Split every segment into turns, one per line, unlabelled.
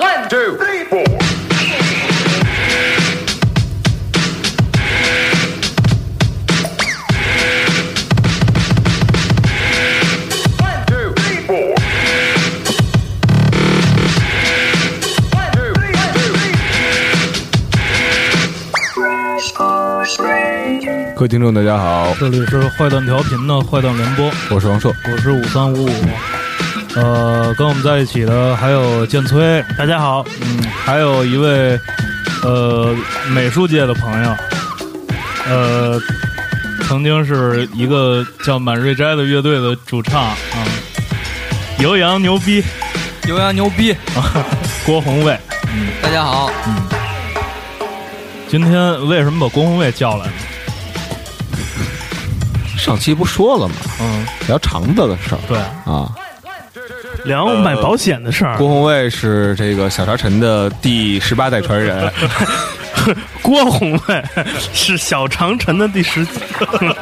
One, two, three, four.
各位听众，大家好，
这里是坏蛋调频的坏蛋联播，
我是王硕。
我是五三五五。呃，跟我们在一起的还有建崔，大家好。嗯，还有一位呃美术界的朋友，呃，曾经是一个叫满瑞斋的乐队的主唱嗯啊、游洋牛逼，
牛羊牛逼！
郭宏卫。
大家好，
今天为什么把郭宏卫叫来呢？
上期不说了吗？
嗯，
聊肠子的事儿
对，呃
啊。
聊买保险的事儿。
郭宏卫是这个小沙尘的第十八代传人，
郭宏卫是小长城的第十几。
嗯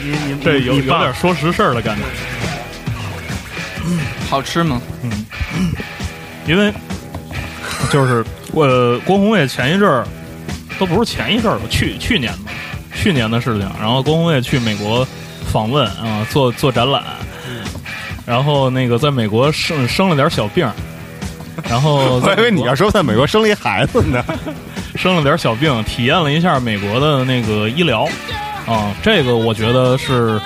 你你
这有
你
有
爸
点说实事儿的感觉。
好吃吗？
嗯因为就是我郭宏卫前一阵儿都不是前一阵儿了，去去年吧，去年的事情。然后郭宏卫去美国访问啊、做做展览，然后那个在美国生生了点小病儿，然后在
我以为
美
你
国
要说在美国生了一孩子呢。
生了点小病，体验了一下美国的那个医疗，啊，这个我觉得是，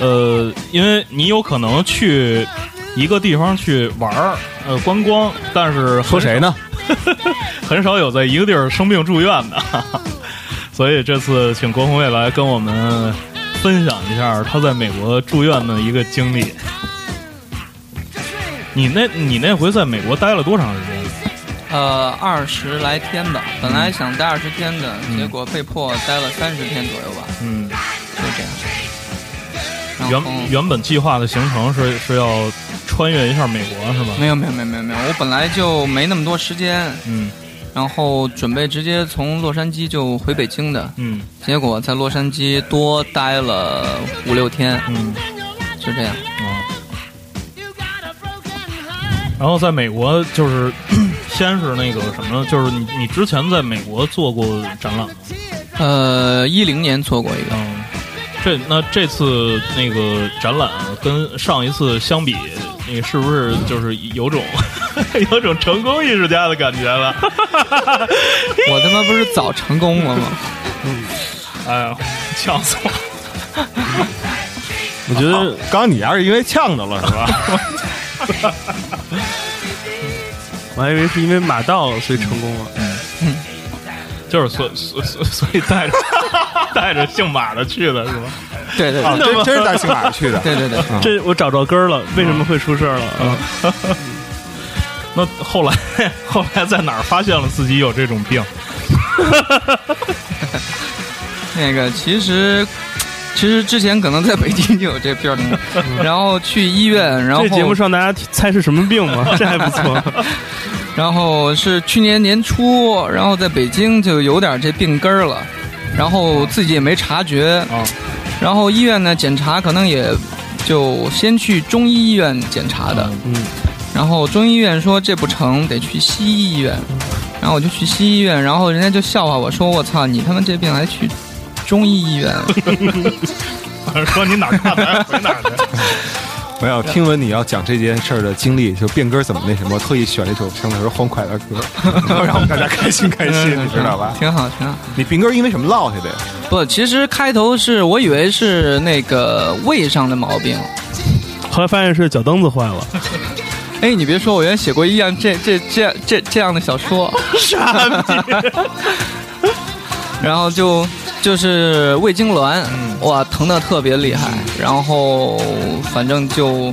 呃，因为你有可能去一个地方去玩儿，呃，观光，但是
说谁呢？
很少有在一个地儿生病住院的， 所以这次请郭宏卫来跟我们分享一下他在美国住院的一个经历。你那，你那回在美国待了多长时间？
呃，二十来天吧，本来想待二十天的，结果被迫待了三十天左右吧，
嗯，
就这样。然后
原原本计划的行程是是要穿越一下美国是吧？
没有没有没有没有没有，我本来就没那么多时间，
嗯
然后准备直接从洛杉矶就回北京的，
嗯
结果在洛杉矶多待了五六天，
嗯
就这样。嗯
啊。然后在美国就是 先是那个什么，就是你你之前在美国做过展览吗？
呃，一零年错过一个，
嗯，这那这次那个展览跟上一次相比，你是不是就是有种 有种成功艺术家的感觉了？
我他妈不是早成功 了吗？
哎呀，呛死我！
我觉得
刚刚你要是因为呛到了是吧？
我还以为是因为马到了所以成功了。
嗯就是所所所所以带着带着姓马的去的是吧？
对对
啊，
对
真真是带新马去的。
对对对，
这我找着根儿了，为什么会出事儿了？啊
嗯 那后来后来在哪儿发现了自己有这种病？
那个其实。其实之前可能在北京就有这病儿， 然后去医院，然后
这节目是让大家猜是什么病吗？这还不错。
然后是去年年初，然后在北京就有点这病根儿了，然后自己也没察觉，
哦
啊
然后医院呢检查可能也就先去中医医院检查的，
嗯，
然后中医院说这不成，得去西医医院，然后我就去西医医院，然后人家就笑话我说我操你他妈这病还去中医医院，
说你哪儿大咱回哪儿去？
没有听闻你要讲这件事儿的经历，就变歌怎么那什么，特意选了一首相对来说欢快的歌， 嗯让我们大家开心开 心，你知道吧？
挺好挺好。
你变歌因为什么落下的呀？
不，其实开头是我以为是那个胃上的毛病。
后来发现是脚蹬子坏了，
哎，你别说，我原来写过一样这这这这这样的小 说， 然后就就是胃痉挛，哇，疼的特别厉害，然后反正就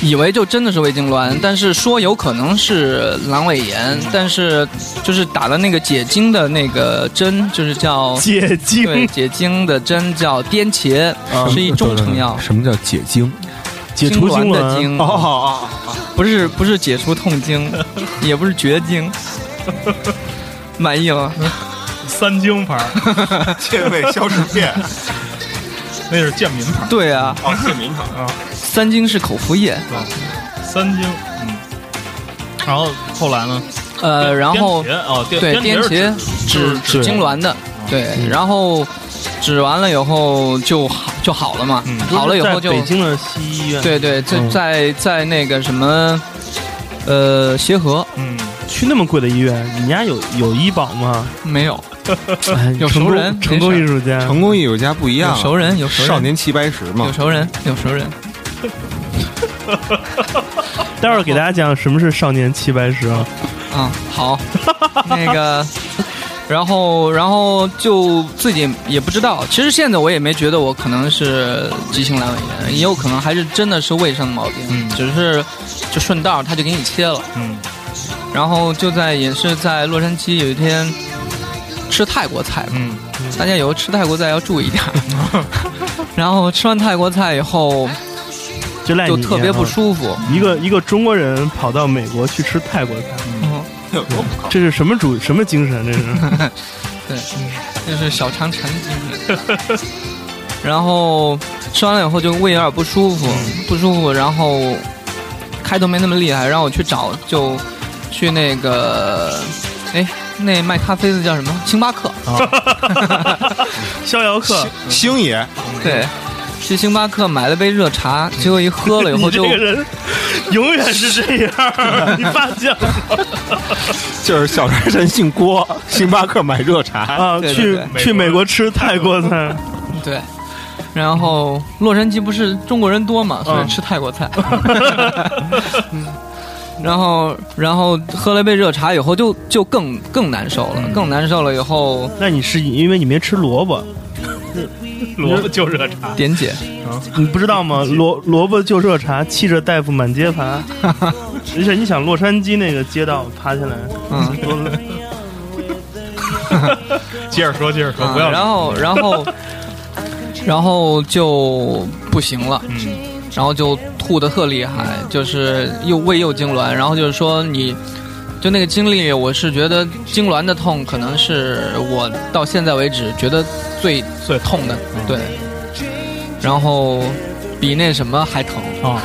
以为就真的是胃痉挛，但是说有可能是阑尾炎，但是就是打了那个解痉的那个针，就是叫
解
对
痉
解痉的针叫颠茄，
啊
是一中成药。
嗯什么叫解 痉？
解除痉
痉挛的
挛。啊
痉，
哦
不是不是解除痛经， 也不是绝经，满意了吗？
三京牌儿，
哦，健胃消食 片，
那是健民牌儿，
对啊，
啊
哦，健民糖。
三经是口服液，
三京。嗯，
然后后来呢？
呃，然后
颠茄哦，颠
对
颠
颠茄
指
指痉挛的，对，
嗯
然后指完了以后就好就好了嘛，好了以后就
嗯在北京的西医院，，
对对，在
嗯
在在那个什么，呃，协和
嗯，去那么贵的医院，你家有有医 保吗？
没有，有
成
哎熟
功
人
成功
没事
艺术家，
成功艺术家不一样
有
啊，
熟人有熟人
少年齐白石
嗯
嘛
有，熟人有熟人，
待会儿给大家讲什么是少年齐白石啊，
啊，好， 那个，然后然后就自己也不知道，其实现在我也没觉得我可能是急性阑尾炎，也有可能还是真的是胃上的毛病，只是就顺道他就给你切了，
嗯，
然后就在也是在洛杉矶有一天吃泰国菜嘛，
嗯
大家以后吃泰国菜要注意一点儿，然后吃完泰国菜以后
就赖你
就
啊
特别不舒服，
一个一个中国人跑到美国去吃泰国菜，
嗯，
这是什么主什么精神？这是
对，就是小肠肠镜。 然后吃完了以后就胃有点不舒服，
嗯
不舒服，然后开头没那么厉害，让我去找就去那个，哎，那卖咖啡的叫什么？星 巴克，
哦逍遥客，
星爷
对，去星巴克买了杯热茶，结果一喝了以后
你这
就
个人永远是这样，你发现了吗
就是小时候人姓郭， 星巴克买热茶，
啊？
对
去
对
去美国吃泰国菜，
对，然后洛杉矶不是中国人多嘛，所以吃泰国菜。 嗯然后，然后喝了杯热茶以后就，就更更难受了，更难受了以后，
那你是因为你没吃萝卜，
萝卜就热茶，
点姐
你不知道吗？萝萝卜就热茶，气着大夫满街爬。 而且你想，洛杉矶那个街道爬起来，
嗯
多累
接着说，接着说，
啊
不要理
然后，然后，然后就不行了，
嗯
然后就吐的特厉害，就是又胃又痉挛，然后就是说你。就那个经历，我是觉得痉挛的痛可能是我到现在为止觉得最
最嗯
痛的，对，然后比那什么还疼，
啊，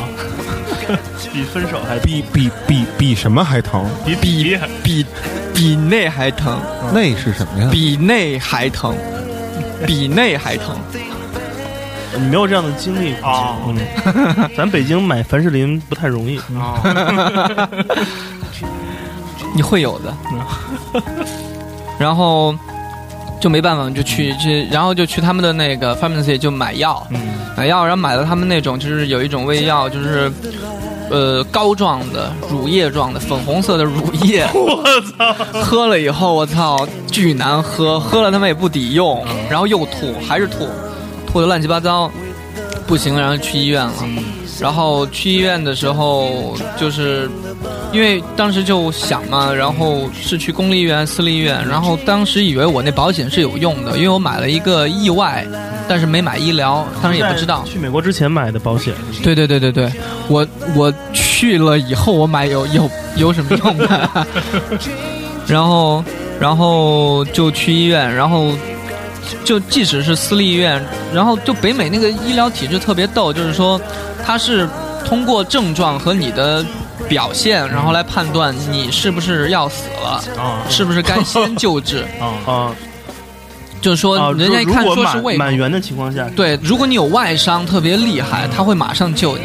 比分手还
比比比比什么还疼？
比比嗯
比比那还疼，
那是什么呀？
比那还疼，比那还疼。
你没有这样的经历
啊
嗯，咱北京买凡士林不太容易。
你会有的。然后就没办法，就去去，然后就去他们的那个 pharmacy 就买药，买药，然后买了他们那种就是有一种胃药，就是呃膏状的、乳液状的、粉红色的乳液。 我操！喝了以后，我操，巨难喝，喝了他们也不抵用，然后又吐，还是吐，吐的乱七八糟，不行，然后去医院了。然后去医院的时候，就是因为当时就想嘛，然后是去公立医院、私立医院，然后当时以为我那保险是有用的，因为我买了一个意外，但是没买医疗，当时也不知道
在。去美国之前买的保险，
对对对对对，我我去了以后，我买有有有什么用啊？ 然后然后就去医院，然后就即使是私立医院，然后就北美那个医疗体制特别逗，就是说它是通过症状和你的。表现，然后来判断你是不是要死了，
啊
是不是该先 救治？
啊
啊
就是
啊
说，，哦人家一
如
看
如果
说是
满
胃
满员的情况下，
对，如果你有外伤特别厉害，他会马上救你。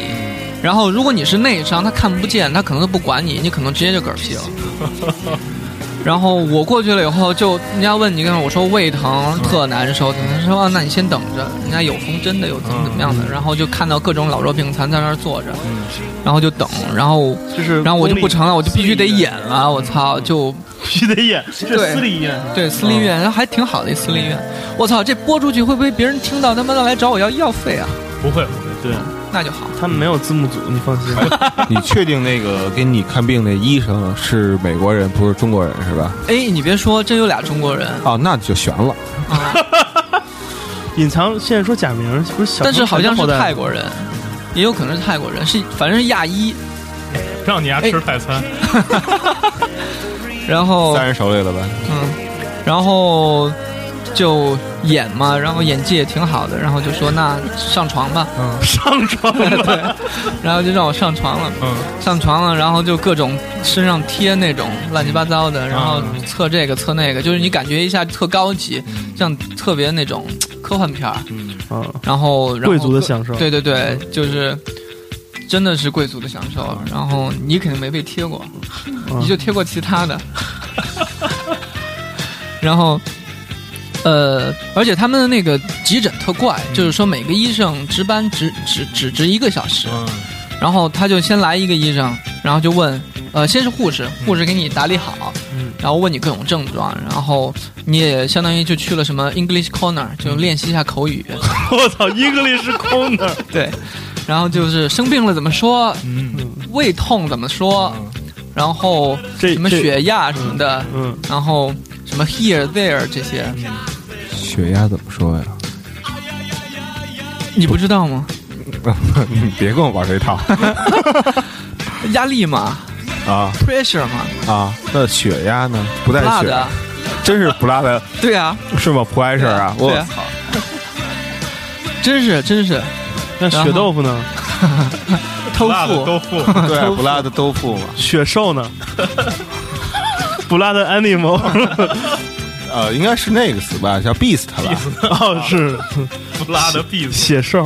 然后，如果你是内伤，他看不见，他可能都不管你，你可能直接就嗝屁了。然后我过去了以后就，人家问你干嘛，我说胃疼，特难受。他说、啊、那你先等着，人家有缝针的，有怎么怎么样的。然后就看到各种老弱病残在那儿坐着，然后就等，然后
就是
然后我就
公立
不成了，我就必须得
私立医
演
院
了，我操，就
必须得演，这
对
私立医院
对，私立医院还挺好的一私立医院。我操，这播出去会不会别人听到他妈的来找我要医药费啊？
不会，
对，
那就好。
他们没有字幕组，你放 心。
你确定那个给你看病那医生是美国人，不是中国人是吧？
哎，你别说，真有俩中国人，
哦，那就悬了。
隐藏现在说假名不是小，
但是好像是泰
国。
国人，也有可能是泰国人，是反正是亚裔。
让你家
哎
吃泰餐，
然后，哦
三人手里了吧？
嗯，然后就演嘛，然后演技也挺好的，然后就说那上床吧，
上床
对，然后就让我上床了，
嗯
上床了，然后就各种身上贴那种乱七八糟的，然后
嗯
测这个测那个，就是你感觉一下特高级，像特别那种科幻片儿，
啊，
然后然后
贵族的
各
享受
对对对，就是真的是贵族的享受。然后你肯定没被贴过，你就贴过其他的。 然后，呃，而且他们的那个急诊特怪，就是说每个医生值班只只只值一个小时，
嗯
然后他就先来一个医生，然后就问，呃，先是护士，护士给你打理好，
嗯
然后问你各种症状，然后你也相当于就去了什么 English Corner，就练习一下口语，
我操，English corner，
对，然后就是生病了怎么说，
嗯，
胃痛怎么说，然后
这
什么
这
血压什么的，
嗯，
然后什么 here there 这些，
血压怎么说呀？
你不知道吗？
你别跟我玩这 套
压力嘛
啊
，pressure 嘛，
啊！那血压呢？不带
辣
血
的，，啊
真是不拉的，
对啊，
是吗？不碍事儿啊！我
对啊，真是真是
那
然后
血豆腐呢？
偷
辣
嗯
的
富，
都 富，
对啊不拉的都富嘛。
血兽呢？不拉的 animal，
呃，应该是那个词吧，叫 beast 吧。
哦，是
不拉的必死。
血兽，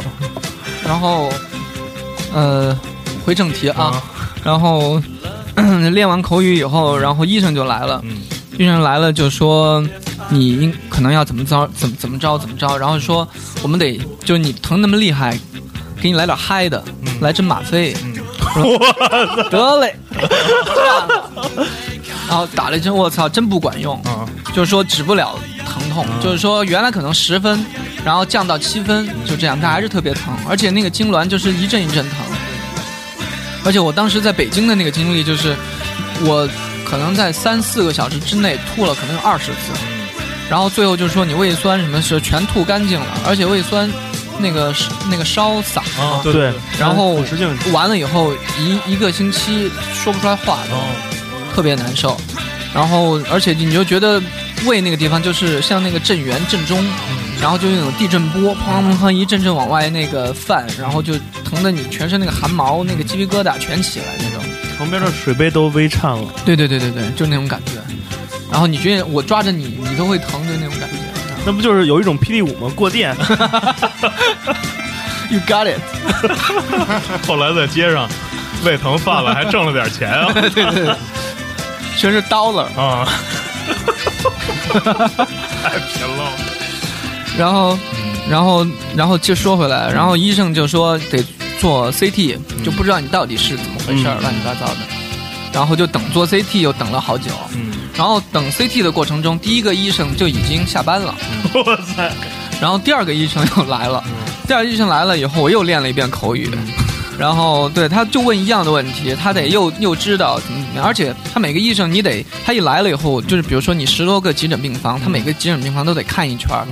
然后呃，回正题啊，然后咳 练完口语以后，然后医生就来了，医生来了就说你应可能要怎么着，怎么怎么着，怎么着，然后说我们得就是你疼那么厉害，给你来点嗨的，来针吗啡，嗯我得嘞， 这样的然后打了一针，我操，真不管用，
啊
就是说止不了疼痛，就是说原来可能十分，然后降到七分，就这样，但还是特别疼，而且那个痉挛就是一阵一阵疼，而且我当时在北京的那个经历就是我。可能在三四个小时之内吐了可能有二十次，然后最后就说你胃酸什么是全吐干净了，而且胃酸那个是那个烧嗓
啊
嘛，
对
对，
然 后
嗯
腐蚀性
完了以后一一个星期说不出来话的，特别难受。然后而且你就觉得胃那个地方就是像那个震源震中，然后就那种地震波，砰砰砰一阵阵往外那个泛，然后就疼的你全身那个汗毛、那个鸡皮疙瘩全起来那种。
旁边的水杯都微颤了。
对对对对对，就那种感觉。然后你觉得我抓着你，你都会疼，就那种感觉。
那不就是有一种霹雳舞吗？过电，
You got it。
后来在街上胃疼犯了，还挣了点钱 啊
对对对，全是 dollar。
啊！太贫了，
然后，然后，然后就说回来，然后医生就说得做 CT，就不知道你到底是怎么回事儿，乱七八糟的。然后就等做 CT，又等了好久。
嗯
然后等 CT 的过程中，第一个医生就已经下班了。
哇塞！嗯
然后第二个医生又来了，第二个医生来了以后，我又练了一遍口语，然后对他就问一样的问题，他得又又知道怎么怎么样，而且他每个医生你得他一来了以后，就是比如说你十多个急诊病房，他每个急诊病房都得看一圈儿，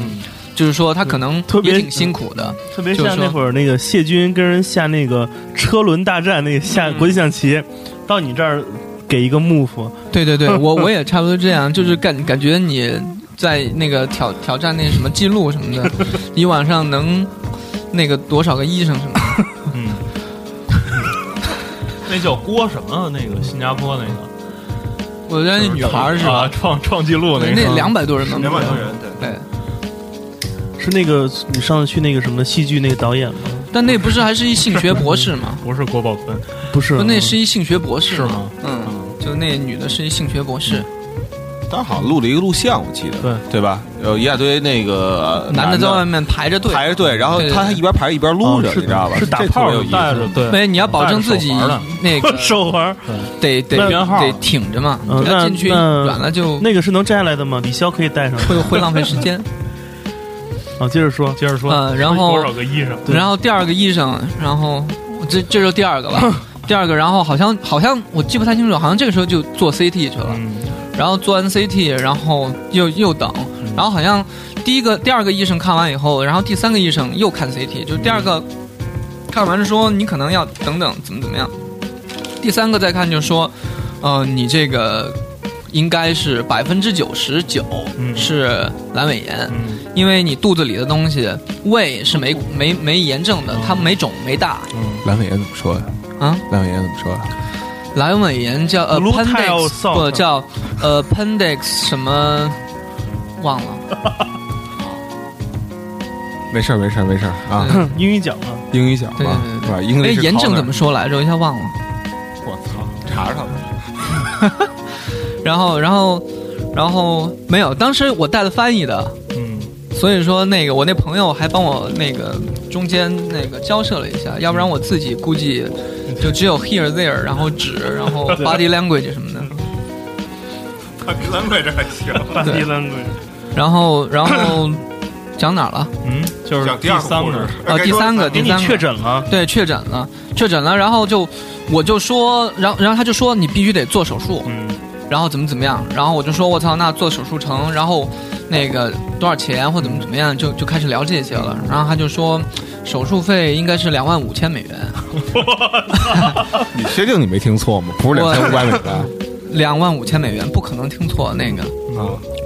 就是说他可能
嗯特别
也挺辛苦的，
特别
就是
像
说
那会儿那个谢军跟人下那个车轮大战那个下
嗯
国际象棋，到你这儿给一个幕府，
对对对，我我也差不多这样，就是感感觉你在那个挑挑战那什么记录什么的，你晚上能那个多少个医生什么的，
那叫郭什么？那个新加坡那个
我觉得那女孩儿是
啊
吧？
创创纪录那
那
个，？
两百多人吧，
两百多人，对，
对。
是那个你上次去那个什么戏剧那个导演吗？
但那不是还是一性学博士吗
不是郭宝坤，
不是，
不，那是一性学博士
是吗？
嗯，就那女的是一性学博士，
当时好像录了一个录像，我记得，
对
对吧？有一大堆那个呃
男
嗯的
的在外面排着队。
排着队，然后
对对
他
对
还一边排一边
啊
撸着，
哦是
你知道吧？
是打
这特别
炮
有意思
带着对，
对，你要保证自己
戴着 手环
那个
手环儿，
得得
那
编号
得挺着嘛，
嗯
你要进去
那那
软了就
那个是能摘下来的吗？李潇可以戴上。
会会浪费时间。
啊，接着说，
接着说，
嗯然后
多少个医生？
对
然后第二个医生，然后这这就是第二个 了，第二个，然后好像好像我记不太清楚，好像这个时候就做 CT 去了。
嗯，
然后做完 CT，然后又又等，
嗯
然后好像第一个、第二个医生看完以后，然后第三个医生又看 CT，就是第二个看完说你可能要等等怎么怎么样，第三个再看就说，呃，你这个应该是百分之九十九
嗯
是阑尾炎，
嗯
因为你肚子里的东西，胃是没没没炎症的，它没肿没大
阑尾炎怎么说呀？
啊。
阑尾炎怎么说呀？
阑尾炎叫呃
Glutathione
appendix
salt
不叫呃 appendix 什么忘了。
没事儿，没事儿，没事儿啊。
嗯
英语讲嘛，
英语讲
对
嘛，
对对
是吧？英
哎，
语
炎症怎么？说来着？我一下忘了。
我操，查查吧。
然后，然后，然后没有，当时我带了翻译的，
嗯，
所以说那个我那朋友还帮我那个中间那个交涉了一下，要不然我自己估计就只有 here there，然后指，然后 body language 什么的。
比咱鬼这还行。
半
对
地烂鬼，
然后，然后讲哪儿了？
嗯，
就是
讲第
第
二
三
故
个
事，
哦，第三个，
给
第
你
三个
确诊了，
对，确诊了，确诊了，然后就我就说，然后然后他就说你必须得做手术，
嗯，
然后怎么怎么样，然后我就说我操，那做手术成，然后那个多少钱或怎么怎么样，就就开始聊这些了，然后他就说手术费应该是两万五千美元，
你确定你没听错吗？不是两千五百美元啊？
两万五千美元不可能听错那个，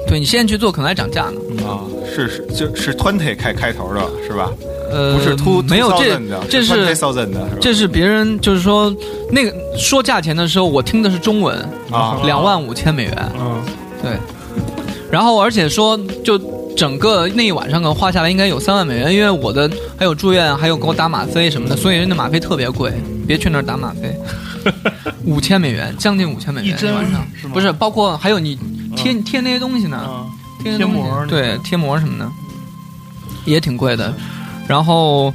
对你现在去做可能还涨价呢，
啊，是是就是团 t 开开头的是吧？
呃，
不是 two
没有这
thousand 的，
这是
thousand 的是吧？
这是别人就是说那个说价钱的时候，我听的是中文，
啊，
两万五千美元。
嗯，
对，然后而且说就整个那一晚上可能花下来应该有三万美元，因为我的还有住院，还有给我打吗啡什么的，所以那吗啡特别贵，别去那儿打吗啡，五千美元，将近五千美元
一针
一晚上，
是吗
不是包括还有你贴、贴那些东西呢，
啊，
嗯贴那些东西
贴膜儿那
对
个
贴膜什么的，也挺贵的，然后。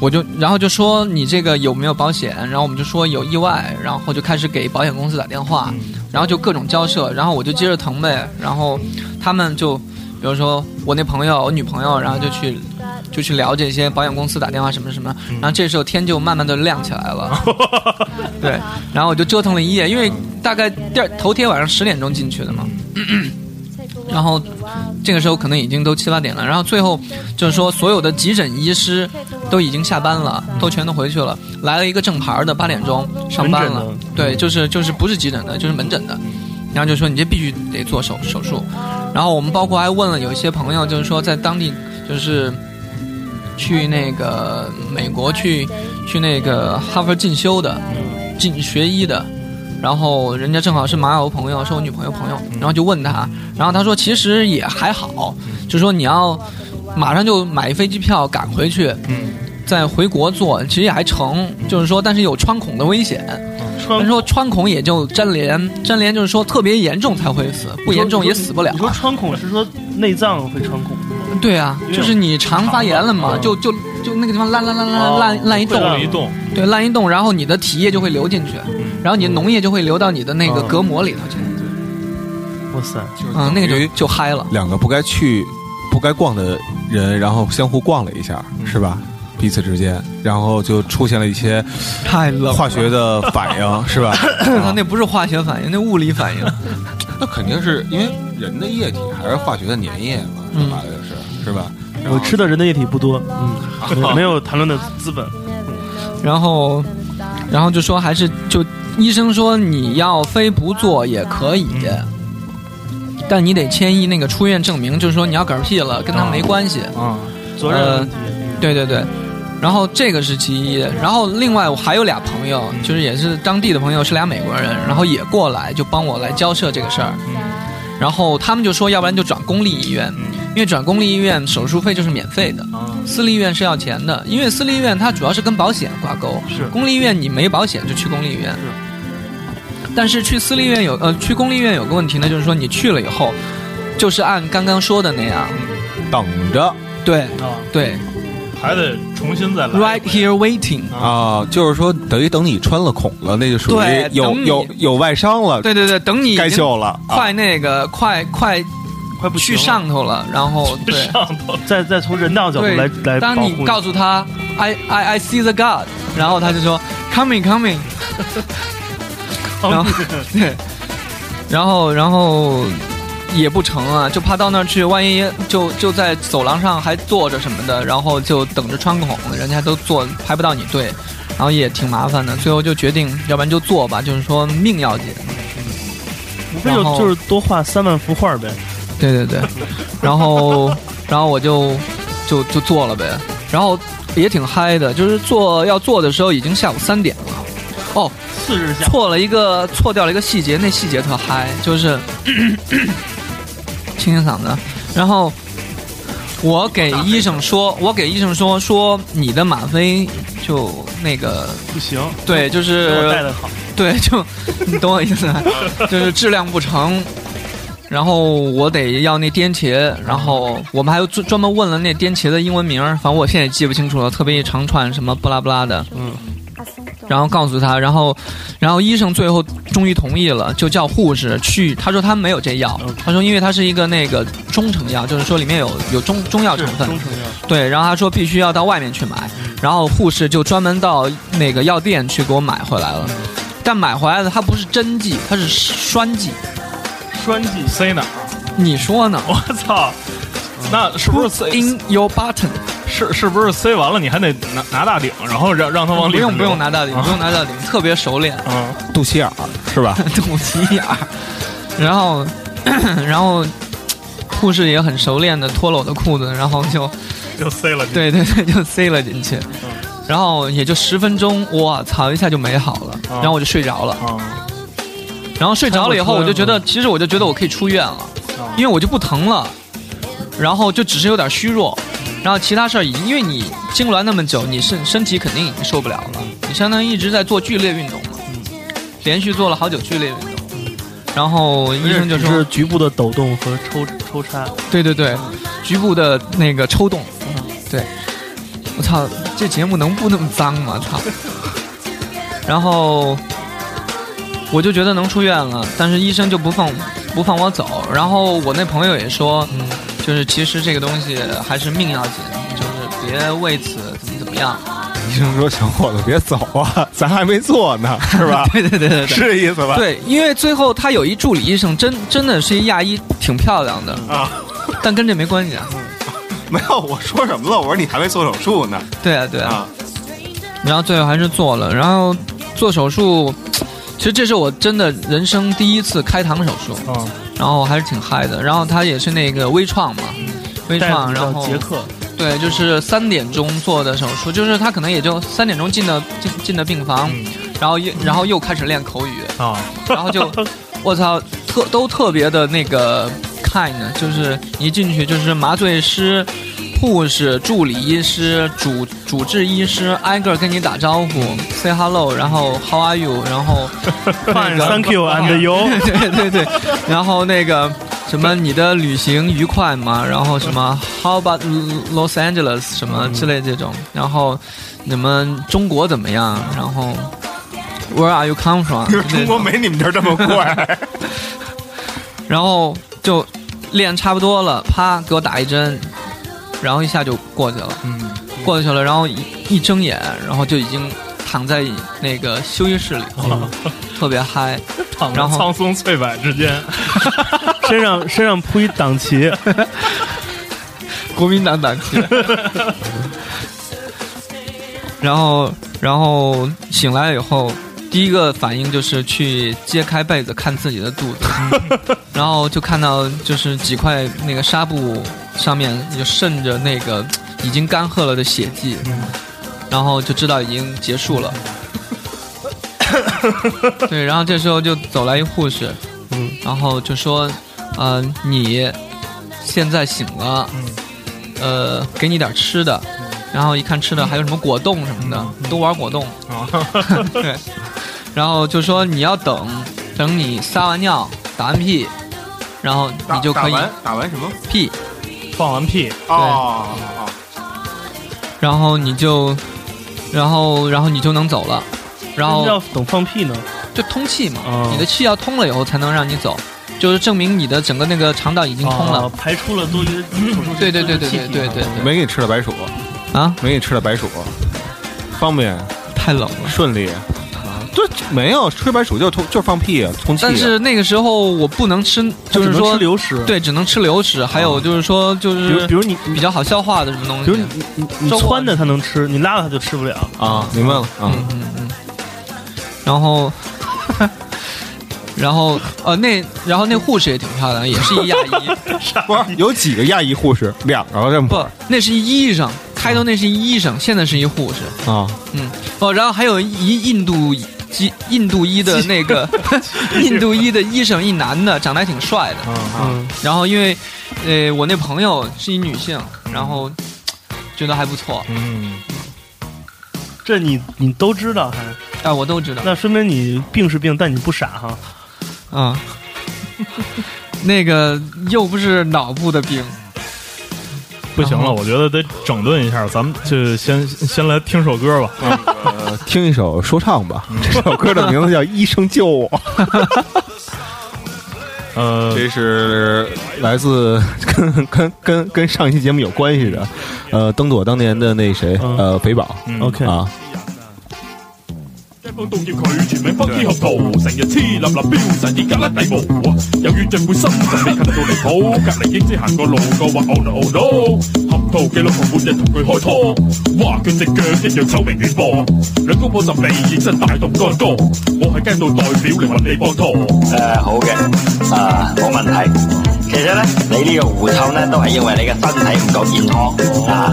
我就，然后就说你这个有没有保险？然后我们就说有意外，然后就开始给保险公司打电话，
嗯
然后就各种交涉，然后我就接着疼呗，然后他们就，比如说我那朋友，我女朋友，然后就去就去聊这些保险公司打电话什么什么，然后这时候天就慢慢的亮起来了，
嗯
对，然后我就折腾了一夜，因为大概第二头天晚上十点钟进去的嘛，然后这个时候可能已经都七八点了，然后最后就是说所有的急诊医师都已经下班了，都全都回去了，来了一个正牌儿的八点钟上班了
门诊的，
对，就是就是不是急诊的，就是门诊的，然后就说你这必须得做手手术，然后我们包括还问了有一些朋友，就是说在当地就是去那个美国去去那个哈佛进修的，
嗯
进学医的。然后人家正好是马友朋友，是我女朋友朋友，
嗯
然后就问他，然后他说其实也还好，
嗯
就说你要马上就买一飞机票赶回去，
嗯，
再回国做，其实也还成，就是说但是有穿孔的危险，他
穿
说穿孔也就粘连，粘连就是说特别严重才会死，不严重也死不了啊
你。说穿孔是说内脏会穿孔是吗？
对啊，就是你肠发炎了嘛，
嗯
就就就那个地方烂烂烂烂
哦
烂烂一
会
洞，
烂
一动，
对，烂一洞，然后你的体液就会流进去，然后你的脓液就会流到你的那个隔膜里头去，
哇塞，
嗯，那个就就嗨了。
两个不该去、不该逛的人，然后相互逛了一下，
嗯
是吧？彼此之间，然后就出现了一些
太冷
化学的反 应，是吧？
那不是化学反应，那物理反 应。
那肯定是因为人的液体还是化学的粘液嘛，
嗯
说白了就是，是吧？
我吃的人的液体不多，嗯， 没有没有谈论的资本，
然后，然后就说还是就医生说你要非不做也可以，但你得签一那个出院证明，就是说你要嗝屁了，跟他没关系。
啊，责任问题，
对对对，然后这个是其一，然后另外我还有俩朋友，就是也是当地的朋友，是俩美国人，然后也过来就帮我来交涉这个事儿。然后他们就说，要不然就转公立医院，因为转公立医院手术费就是免费的，
啊
私立医院是要钱的，因为私立医院它主要是跟保险挂钩，
是
公立医院你没保险就去公立医院。但是去私立医院有呃去公立医院有个问题呢，就是说你去了以后，就是按刚刚说的那样，
等着
对
啊，
对
还得重新再来。
，right here waiting。
啊，就是说等于等你穿了孔了，那就属于
对
有
等你
有有外伤了，
对对对，等你已
该
经
修了。啊
快那个、快快
快不行
去
了，
上头了，然后对
上头
再再从人道角度来来
对，
保
当
护
你告诉他 I I I see the God，然后他就说 coming coming，然后 对，然后然后也不成啊，就怕到那儿去，万一就就在走廊上还坐着什么的，然后就等着穿孔，人家都坐排不到你队，然后也挺麻烦的，最后就决定，要不然就做吧，就是说命要紧。
那就
然后
就是多画三万幅画呗。
对对对，然后然后我就就就做了呗，然后也挺嗨的，就是做要做的时候已经下午三点了。哦，
次日下
错了一个错掉了一个细节，那细节特嗨，就是清清嗓子，然后。我给医生说，我给医生说，说你的吗啡就那个，
不行，
对，就
我
是
带的好，
对，就你懂我意思 吧，就是质量不成。然后我得要那颠茄，然后我们还有专专门问了那颠茄的英文名儿，反正我现在也记不清楚了，特别一长串什么不拉不拉的，
嗯，
然后告诉他，然后，然后医生最后终于同意了，就叫护士去，他说他没有这药，他说因为它是一个那个中成药，就是说里面有有中中药成分，
中成药，
对，然后他说必须要到外面去买，
嗯
然后护士就专门到那个药店去给我买回来了。但买回来的它不是针剂，它是栓剂。
栓剂，
塞哪儿？
你说呢
我操！那是不是塞？
？In your button，
是是不是塞完了你还得拿拿大顶，然后让让它往里啊
不用不用
拿。
拿大顶，不用拿大顶，特别熟练，
嗯，
肚脐眼儿是 吧？
肚脐眼儿。然后，然后护士也很熟练的脱了我的裤子，然后就
就塞了进去。
对对对，就塞了进去。然后也就十分钟，我操，一下就没好了，然后我就睡着了。
啊，
然嗯后睡着了以后，
看
我
过
就觉得，其实我就觉得我可以出院了，因为我就不疼了，然后就只是有点虚弱，然后其他事儿已，因为你痉挛那么久，你身身体肯定已经受不了了，你相当于一直在做剧烈运动嘛，连续做了好久剧烈运动，然后 医生就
只是
说，
局部的抖动和抽抽插，
对对对，局部的那个抽动，嗯对，我操，这节目能不那么脏吗？操， 然后我就觉得能出院了，但是医生就不放不放我走。然后我那朋友也说，嗯，就是其实这个东西还是命要紧，就是别为此怎么怎么样。
医生说：“小伙子，别走啊，咱还没做呢，是吧
？对对对对对。
是这意思吧？
对，因为最后他有一助理医生，真真的是一亚医，挺漂亮的
啊，
但跟这没关系啊。
没有，我说什么了？我说你还没做手术呢
对啊，对啊。
啊！
然后最后还是做了，然后做手术，其实这是我真的人生第一次开膛手术，
嗯，
然后还是挺嗨的。然后他也是那个微创嘛，微
带
创，
的
然
叫
后
杰克，
对，就是三点钟做的手术，就是他可能也就三点钟进的进进的病房，然后又然后又开始练口语，
啊，
然后 就我操，特都特别的那个 kind，就是一进去就是麻醉师、护士、助理医师、主主治医师挨个跟你打招呼，say hello，然后 how are you，然后那个
Thank you and you，
对对对，然后那个什么，你的旅行愉快吗？然后什么，How about Los Angeles 什么之类这种，然后你们中国怎么样？然后 Where are you come from？
中国没你们这儿这么快，
然后就练差不多了，啪给我打一针，然后一下就过去了，嗯，过去了，然后一一睁眼，然后就已经躺在那个休息室里了，特别嗨，
哦躺
然
着
后
苍松翠柏之间，
身上身上铺一党旗，
国民党党旗。 然后，然后醒来以后，第一个反应就是去揭开被子看自己的肚子，
嗯
然后就看到就是几块那个纱布上面就渗着那个已经干涸了的血迹，然后就知道已经结束了。
嗯
对，然后这时候就走来一护士，
嗯，
然后就说，呃，你现在醒了，
嗯
呃，给你点吃的，然后一看吃的还有什么果冻什么
嗯
的，都玩果冻，
哦
对，然后就说你要等，等你撒完尿、打完屁，然后你就可以
打完什么？
屁，
放完屁，
哦，哦
然后你就，然后然后你就能走了，然后
要等放屁呢，
就通气嘛，
哦
你的气要通了以后才能让你走，就是证明你的整个那个肠道已经通了。
啊排出了多余的手术室
对对对对
气
对
体
对对
哦
对
没给你吃的白薯，
嗯
啊，
没给你吃的白薯，方便
太冷了。
顺利。对，没有吃白薯就通，就放屁啊通气。
但是那个时候我不能吃，就
啊它只
是
能
说
吃流哦食，
对，只能吃流食，还有就是说就
比如
是
比如你
比较好消化的什么东
比如
西
你。你你
粥啊
穿的它能吃，你拉了它就吃不了。
嗯
啊，明白了啊，
嗯嗯嗯。然后，然后呃那然后那护士也挺漂亮，也是一亚 医，
不是有几个亚裔护士，两个这么
不，那是一医生，开头那是一医生，现在是一护士，
啊？
嗯，哦，然后还有一印度籍印度裔的那个印度裔的医生，一男的，长得还挺帅的。
嗯，
然后因为呃我那朋友是一女性，然后觉得还不错，
嗯，
这你你都知道，还
哎，我都知道。
那说明你病是病，但你不傻哈。
啊， 那个又不是脑部的病，
不行
然
了，
后
我觉得得整顿一下，咱们就先先来听首歌吧。
呃，听一首说唱吧，
嗯
这首歌的名字叫《医生救 我》，
呃，
这是来自 跟跟跟跟上一期节目有关系的，呃，灯朵当年的那谁，
嗯
呃，肥宝
OK，
啊，
一方道歉拒絕名北醫學徒，成日黐立立標神，而家甩底毛啊！有遠進會心神，未近到離譜，隔離英姐行過路過話 oh no oh no，合桃嘅老婆每日同佢開拖，哇佢只腳一樣醜名遠播，兩公婆就未認真大動干戈，我係驚到代表嚟揾你幫拖。
誒、呃好嘅，啊冇問題。其實咧，你呢個狐臭咧都係因為你嘅身體唔夠健康啊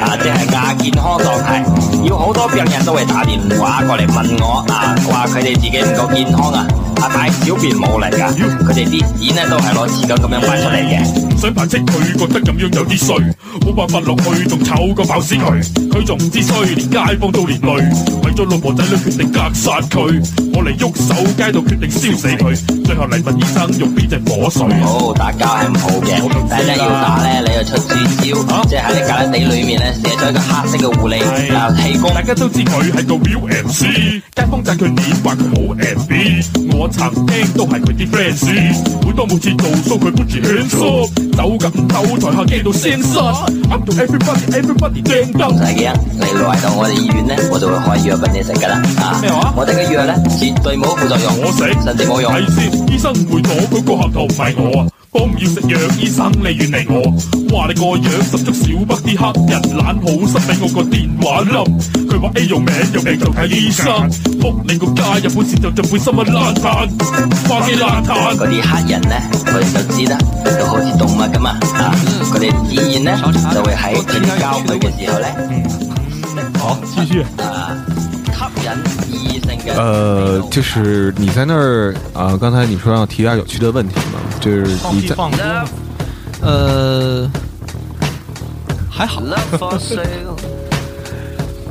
啊，即係亞健康狀態。要好多病人都會打電話過嚟問我啊，話佢哋自己唔夠健康啊，啊大小便冇嚟㗎，佢哋啲錢咧都係攞匙羹咁樣挖出嚟嘅。
唔使排斥佢，覺得咁樣有啲衰，冇辦法落去，仲醜過爆屎佢。佢仲唔知衰，連街坊都連累。為咗老婆仔女決定格殺佢，我嚟喐手街度決定燒死佢。最後嚟問醫生用邊隻火水？
好，打交係唔好嘅，第一要打咧，你就出豬招，即係喺你隔籬地裏面咧射咗一個黑色嘅狐狸，
係
然後氣功。
大家都知佢係個 real MC，街坊讚佢點話佢好 MB，我曾經都係佢啲 fans，每當每次做 show 佢搬住圈縮，走咁走台下驚到聲失，I'm to everybody everybody 掟燈
唔。使驚，你來到我哋醫院咧，我就會開藥俾你食噶啦。啊，
咩話
我哋嘅藥咧，絕對冇副作用，
我食
甚至冇用。
睇先，醫生唔會攞嗰個合同唔係我啊！我唔要食藥，醫生你遠離我。話你個樣十足小北啲黑人懶好心，俾我個電話冧。佢話 A 用名用名就睇醫生，仆你個街，日本事就就本心啊爛攤，花幾爛攤。
嗰啲黑人咧，佢哋就知得就好似動物咁啊！啊，佢哋自然咧就會喺佢哋交配嘅時候咧，
好，繼續。
啊，吸引異性嘅。
呃，就是你在那儿啊，刚才你说要提点有趣的问题嘛，就是
放
你
屁
在
放歌，
呃，还好。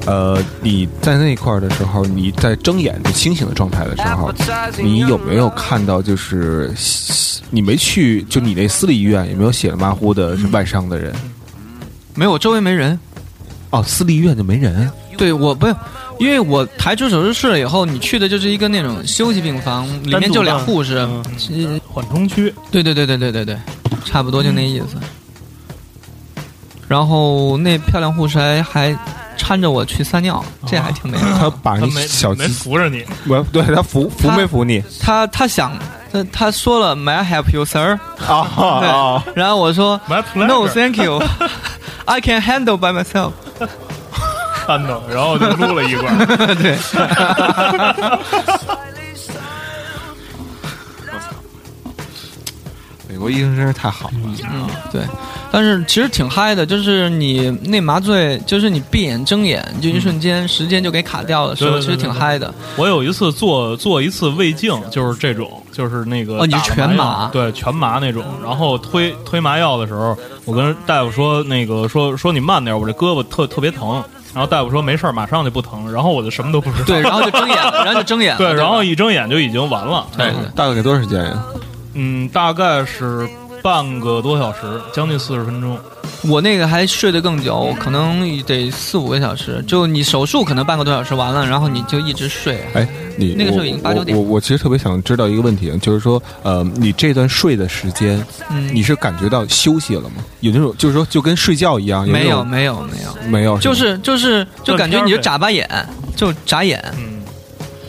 呃你在那块儿的时候，你在睁眼就清醒的状态的时候，你有没有看到就是你没去就你那私立医院有没有血马虎的是外伤的人？
没有，周围没人。
嗯哦，私立医院就没人
对我不，因为我抬出手术室了以后，你去的就是一个那种休息病房，里面就俩护士。嗯
缓冲区，
对对对对对对对，差不多就那意思。然后那漂亮护士还还搀着我去撒尿，这还挺 美的。
他把
他
你
没
小
没
鸡，
扶着你，
我对他服服
他
没服你
他他想，他他说了 “May I help you, sir？”
啊
对，
啊！
然后我说
My pleasure
“No, thank you, I can handle by myself。
翻头，然后就撸了一罐。
对，
美国医生真是太好了，
嗯，对，但是其实挺嗨的，就是你那麻醉，就是你闭眼睁眼，就一瞬间、时间就给卡掉了，时候
对对
其实
对
挺
对
嗨的。
我有一次做做一次胃镜，就是这种，就是那个
哦你是
打了
全
药
麻
对全麻那种。然后推推麻药的时候，我跟大夫说那个说说你慢点，我这胳膊特特别疼。然后大夫说没事儿，马上就不疼。然后我就什么都不知道。
对，然后就睁眼 了，然后就睁眼了。
对，
吧
然后一睁眼就已经完了。
对对
大概给多长时间呀？
嗯，大概是半个多小时，将近四十分钟。
我那个还睡得更久，可能得四五个小时。就你手术可能半个多小时完了，然后你就一直睡。啊
哎，你
那个时候
我
已经八九点
我我我其实特别想知道一个问题，就是说，呃，你这段睡的时间，
嗯，
你是感觉到休息了吗？有那种就是说，就跟睡觉一样，
没有
有
没有没有，
那种没有，
就
吗
是就是就感觉你就眨巴眼，就眨眼，
嗯，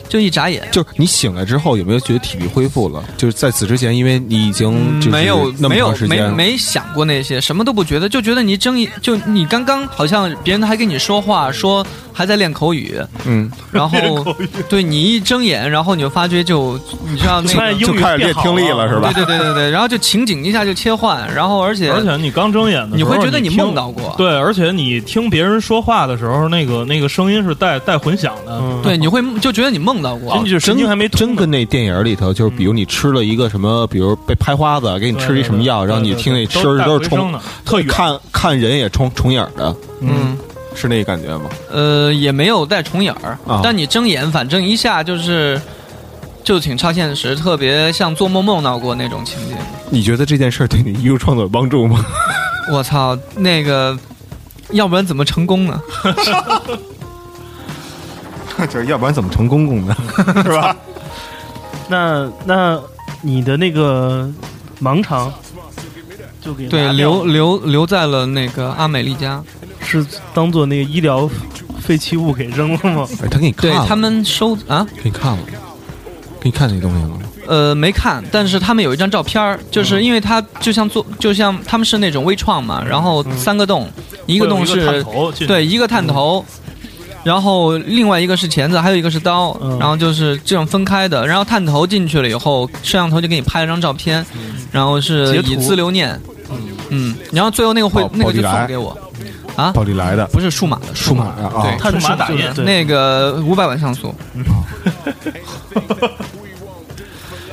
就一眨眼。
就是你醒来之后有没有觉得体力恢复了？就是在此之前，因为你已经嗯就是
嗯没有
那么
没有
长时间
没
了
没想过那些，什么都不觉得，就觉得你睁一就你刚刚好像别人还跟你说话，说还在练口语，
嗯，
然后对你一睁眼，然后你就发觉就你知道那
发
个
现
就
英语
开始练
变好
听力了是吧？
对对对对对，然后就情景一下就切换，然后而且
而且你刚睁眼的
你
时候，
会觉得你
你
梦
听
到过，
对，而且你听别人说话的时候，那个那个声音是带带混响的，
嗯
对，你会就觉得你梦到过
真，就神
真
经还没通
真
呢
跟那电影里头，就是比
嗯
如你吃了一个什么，比如被拍花子，给你吃一什么药，
对对对
然后你
对对
听那
对
声儿都
都带
是
回声
冲
的，特远。
看看人也冲重影儿的，
嗯，
是那感觉吗？
呃，也没有带重影儿
嗯啊，
但你睁眼，反正一下就是就挺超现实，特别像做梦梦到过那种情景。
你觉得这件事儿对你艺术创作有帮助吗？
我操，那个，要不然怎么成功呢？
就是要不然怎么成公公呢？是吧？
那那你的那个盲肠就给
对，
拿掉
留留留在了那个阿美利加。
是当做那个医疗废弃物给扔了吗？
哎他给你看
对
了，
他们收啊，
给你看了，给你看那东西了吗？
呃，没看，但是他们有一张照片儿，就是因为他就像做，就像他们是那种微创嘛，然后三个洞，一个洞
会有一
是
探头进去，
对一个探头，然后另外一个是钳子，还有一个是刀，
嗯
然后就是这种分开的，然后探头进去了以后，摄像头就给你拍了张照片，然后是
截图
以资留念，嗯，然后最后那个会
宝
那
宝
个
丽
就
来
送给我，啊，
暴力来的，
不是数码的，
数码的啊
对，
探
数码打印
对
那个五百万像 素，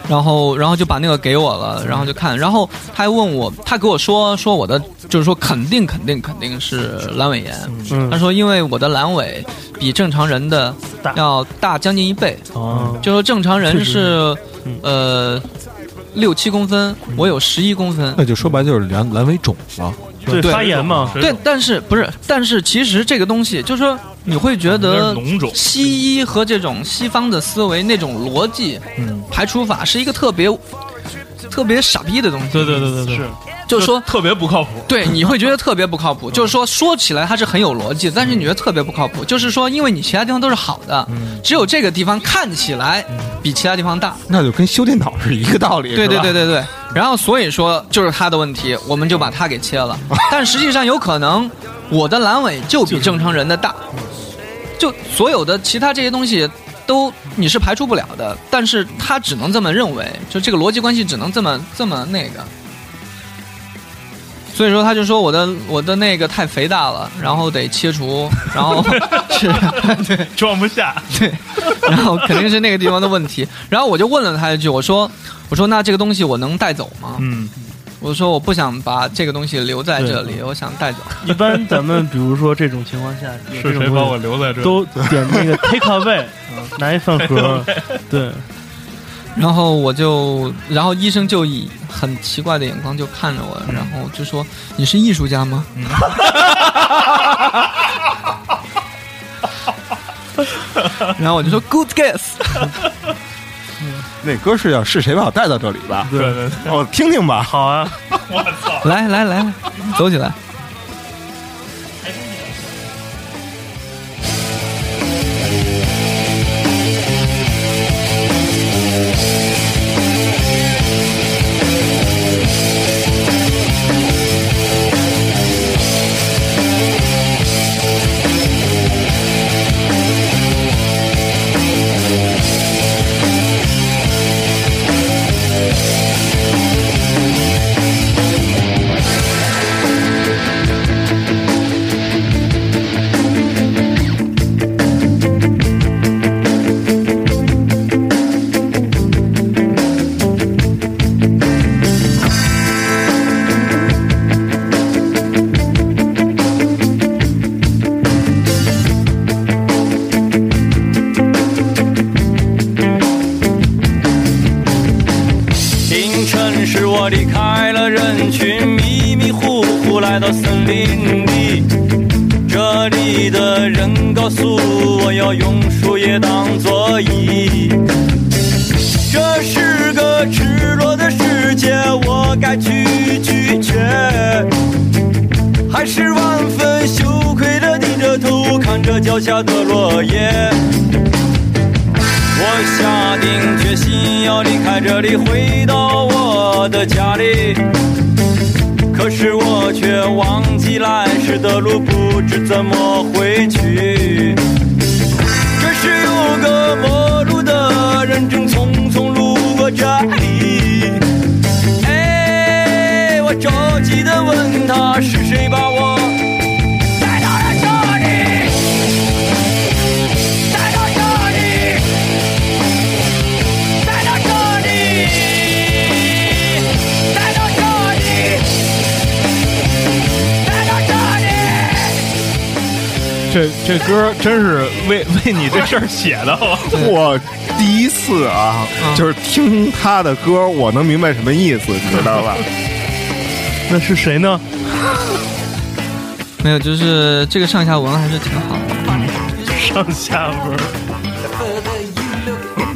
然后然后就把那个给我了，然后就看，然后他还问我，他给我说说我的就是说肯定肯定肯定是阑尾炎，
嗯
他说因为我的阑尾比正常人的
大
要大将近一倍，
哦
就说正常人是
嗯
呃六七公分，我有十一公分。
那就说白就是阑阑尾肿了，
对
对
发炎嘛，
对，但是不是？但是其实这个东西，就是说你会觉
那
得
是脓肿。
西医和这种西方的思维那种逻辑、
嗯
排除法是一个特别特别傻逼的东西。
对对对对对，
是
就是说，
特别不靠谱。
对，你会觉得特别不靠
嗯
谱。就是说，说起来它是很有逻辑，但是你觉得特别不靠谱。就是说，因为你其他地方都是好的，
嗯
只有这个地方看起来比其他地方大。
那就跟修电脑是一个道理。
对对
是吧
对对对。然后所以说就是他的问题，我们就把他给切 了。但实际上有可能我的阑尾就比正常人的大，就所有的其他这些东西都你是排除不了的，但是他只能这么认为，就这个逻辑关系只能这么这么那个。所以说，他就说我的我的那个太肥大了，然后得切除，然 后是，对，
装不下，
对，然后肯定是那个地方的问题。然后我就问了他一句，我说：“我说那这个东西我能带走吗？”
嗯，
我说我不想把这个东西留在这里，我想带走。
嗯一般咱们比如说这种情况下，有这
是
种
谁
东
把
西
我留在这？
都点那个 take away，拿一饭盒，对，
然后我就，然后医生就以很奇怪的眼光就看着我，然后就说：“你是艺术家吗？” 然后我就说 “Good guess”，
那歌是叫是谁把我带到这里吧？
对对对，
我听听吧。
好啊，
来来来，走起来。
凌晨时，我离开了人群，迷迷糊糊来到森林里。这里的人告诉我要用树叶当座椅。这是个赤裸的世界，我该去拒绝，还是万分羞愧的低着头看着脚下的落叶？我下定决心要离开这里，回到我的家里。可是我却忘记来时的路，不知怎么回去。这时有个陌路的人正匆匆路过这里，哎，我着急的问他是谁把我带到了这里，带到这里，带到这里，带到这里，带到这里。
这这歌真是为为你这事儿写的，
我第一次啊，
嗯
就是听他的歌，我能明白什么意思，你知道吧？
那是谁呢？
没有，就是这个上下文还是挺好的。
上下文儿。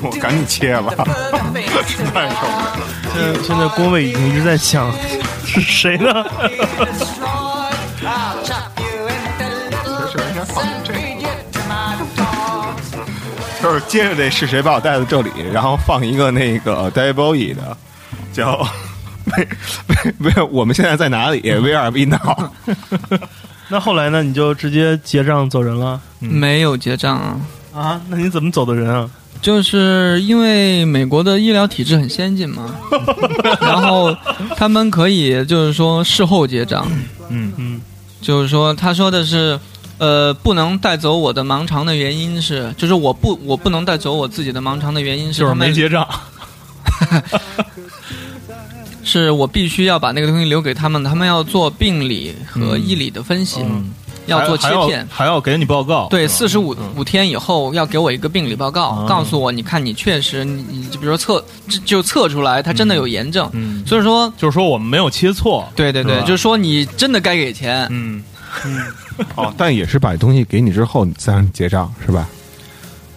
我赶紧切吧。
现在现在郭伟已经一直在想是谁呢？
就是接着这是谁把我带到这里，然后放一个那个 David Bowie 的叫为为为我们现在在哪里？Where are we now？
那后来呢？你就直接结账走人了
没有结账啊，
啊？那你怎么走的人啊？
就是因为美国的医疗体制很先进 嘛，然后他们可以就是说事后结账，
嗯
嗯，
就是说他说的是，呃，不能带走我的盲肠的原因是，就是我不我不能带走我自己的盲肠的原因是
就是
他们
没结账。
是我必须要把那个东西留给他们，他们要做病理和医理的分析，要做切
嗯还
片。
还要给你报告。
对，四十五五天以后要给我一个病理报告，
啊
告诉我，你看你确实，你你就比如说测就就测出来他真的有炎症，
嗯，
所以说，
就是说我们没有切错。
对对对，
是吧
就是说你真的该给钱，
嗯，
哦，但也是把东西给你之后，你再让你结账是吧？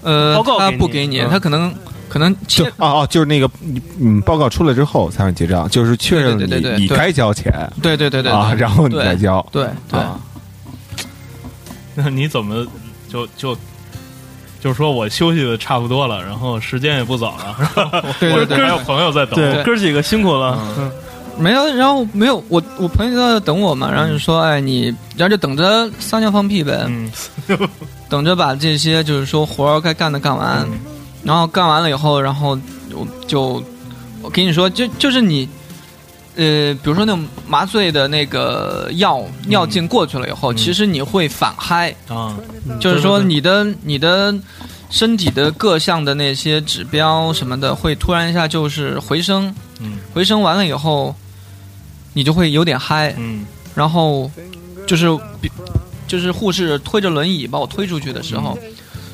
呃
报，告
他
给
不
你
给你，
嗯
他可能可能
就
切，
哦哦，就是那个你嗯，报告出来之后才让你结账，就是确认
对对对对
你
对
你
对
该交钱
对对对对
啊，
对
然后你再交。
对对
啊
那你怎么就就就是说我休息的差不多了，然后时间也不早了，
对对对
还有朋友在等。
对，
对
哥儿几个辛苦了。嗯
没有，然后没有，我我朋友就在等我嘛，然后就说，哎，你，然后就等着撒尿放屁呗，
嗯
等着把这些就是说活儿该干的干
嗯
完，然后干完了以后，然后我就我跟你说，就就是你，呃，比如说那种麻醉的那个药药劲过去了以后，其实你会反嗨，
啊，
就是说你的你的身体的各项的那些指标什么的，会突然一下就是回升，
嗯
回升完了以后，你就会有点嗨，
嗯
然后就是比就是护士推着轮椅把我推出去的时候，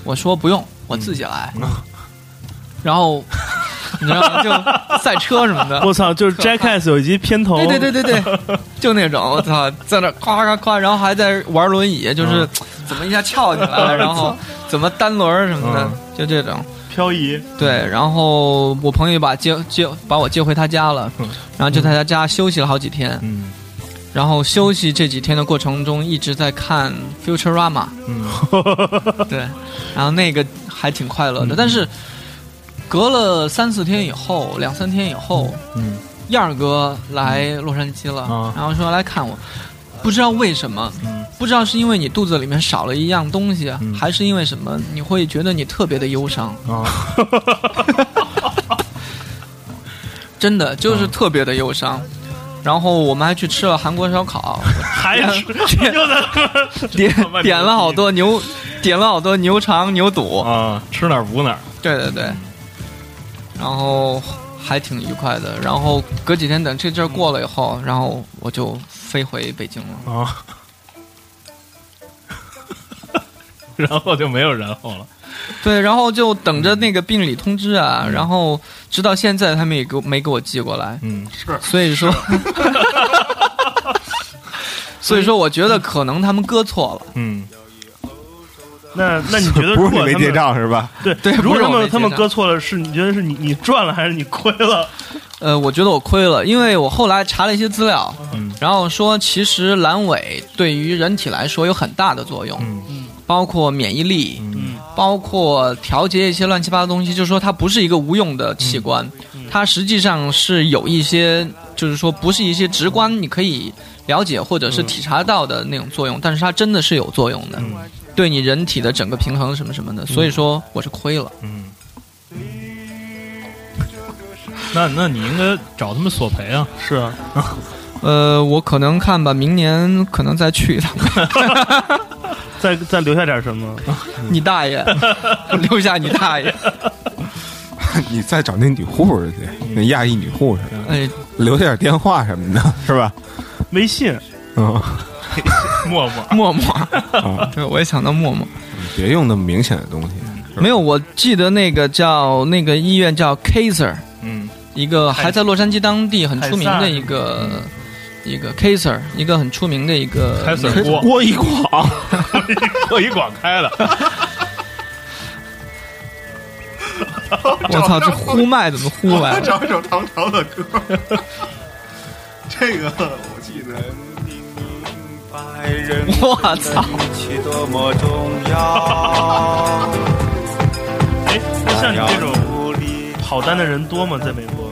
我说不用，我自己来。 然后你知道吗？就赛车什么的，
我操，就是 Jackass 有一集片头，
对对对对对，就那种我操，在那夸夸夸，然后还在玩轮椅，就是怎么一下翘起来，然后怎么单轮儿什么的，就这种。
漂移，
对，然后我朋友把接接把我接回他家了，然后就在他家休息了好几天。
嗯
然后休息这几天的过程中一直在看 Futurama，
嗯，
对，然后那个还挺快乐
嗯
的。但是隔了三四天以后，两三天以后，
嗯，
燕儿哥来洛杉矶了，
啊
然后说来看我，不知道为什么，
嗯
不知道是因为你肚子里面少了一样东西，
嗯
还是因为什么，你会觉得你特别的忧伤，
啊，
真的
嗯
就是特别的忧伤。然后我们还去吃了韩国 烧烤，
还 是又在那
点
外面
点了好多牛，点了好多牛肠、牛肚，
啊，吃哪儿补哪儿。
对对对，然后还挺愉快的。然后隔几天等这阵儿过了以后，然后我就飞回北京了。
啊，然后就没有然后了。
对，然后就等着那个病理通知啊，然后直到现在他们也给我没给我寄过来，
嗯，是
所 以说，所以说我觉得可能他们搁错了。
嗯，
那那你觉得
不
如
是你
果
没
他
结
们
账是吧？
对
对
如
不
果
是
他
我没
们
结
他们
账
搁错了，是你觉得是你你赚了还是你亏了？
呃，我觉得我亏了，因为我后来查了一些资料，
嗯
然后说其实阑尾对于人体来说有很大的作用，
嗯
包括免疫力，
嗯
包括调节一些乱七八糟东西，就是说它不是一个无用的器官，它实际上是有一些，就是说不是一些直观你可以了解或者是体察到的那种作用，但是它真的是有作用的，对你人体的整个平衡什么什么的，所以说我是亏了。
那那你应该找他们索赔啊！
是啊，
呃，我可能看吧，明年可能再去一趟。
再再留下点什么？
你大爷，留下你大爷！
你再找那女护士去，那亚裔女护士，
哎，
留下点电话什么的，是吧？
微信
嗯，
默默，
默默，对，我也想到默默。
别用那么明显的东西。
没有，我记得那个叫那个医院叫 Kaiser，
嗯，
一个还在洛杉矶当地很出名的一个一个 Kaiser，一个很出名的一个
开始
那个
锅
郭一 广，
特意广开的，
我操，这呼麦怎么呼来了？
找一首唐朝的歌。 这个我记得，
白人
我操！
一起多么重要。
哎，那像你这种
努力
跑单的人多吗？在美国？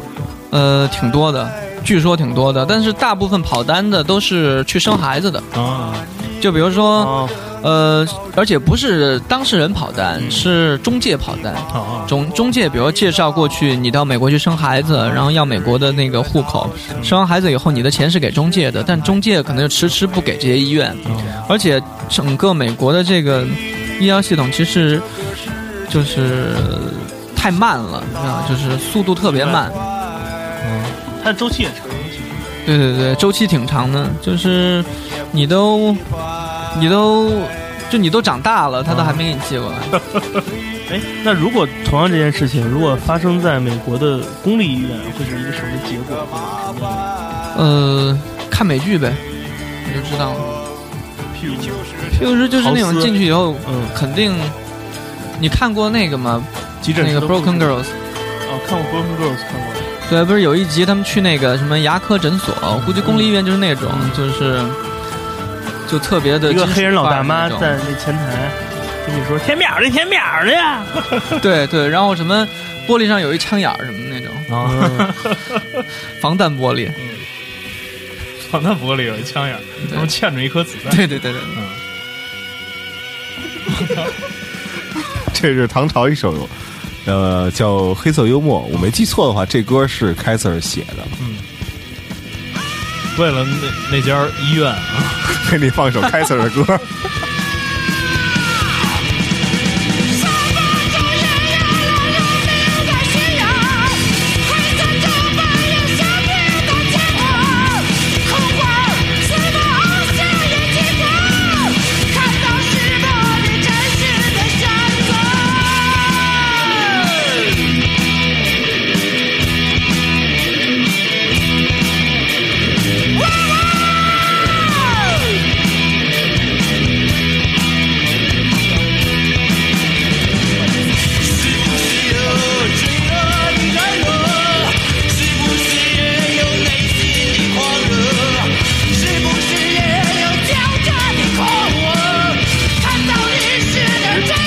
呃，挺多的，据说挺多的，但是大部分跑单的都是去生孩子的，
啊，
就比如说，
哦，
呃，而且不是当事人跑单，是中介跑单。
啊
中中介，比如介绍过去，你到美国去生孩子，然后要美国的那个户口，生完孩子以后，你的钱是给中介的，但中介可能就迟迟不给这些医院，而且整个美国的这个医疗系统其实就是太慢了，你知道吗，就是速度特别慢，
它周期也长。
对对对，周期挺长的，就是你都你都就你都长大了，他都还没给你寄过来，
哎，那如果同样这件事情，如果发生在美国的公立医院，会是一个什么结果？嗯
呃，看美剧呗，你就知道了。
譬如
就是就是那种进去以后，
嗯
肯定你看过那个吗？
急诊
那
室
个
都不
Broken Girls，
哦，看过 Broken Girls 看过。
对，不是有一集他们去那个什么牙科诊所，我估计公立医院就是那种，就是就特别的
一个
金属
黑人老大妈
范儿
在那前台跟你说填表的填表的呀，
那种，对对，然后什么玻璃上有一枪眼儿什么那种
啊！
防弹玻璃，
防弹玻璃有一枪眼儿，然后嵌着一颗子弹。
对对对对，
这是唐朝一首，呃，叫《黑色幽默》。我没记错的话，这歌是凯瑟尔写的。
为了那那家医院啊，
给你放一首凯瑟尔的 歌。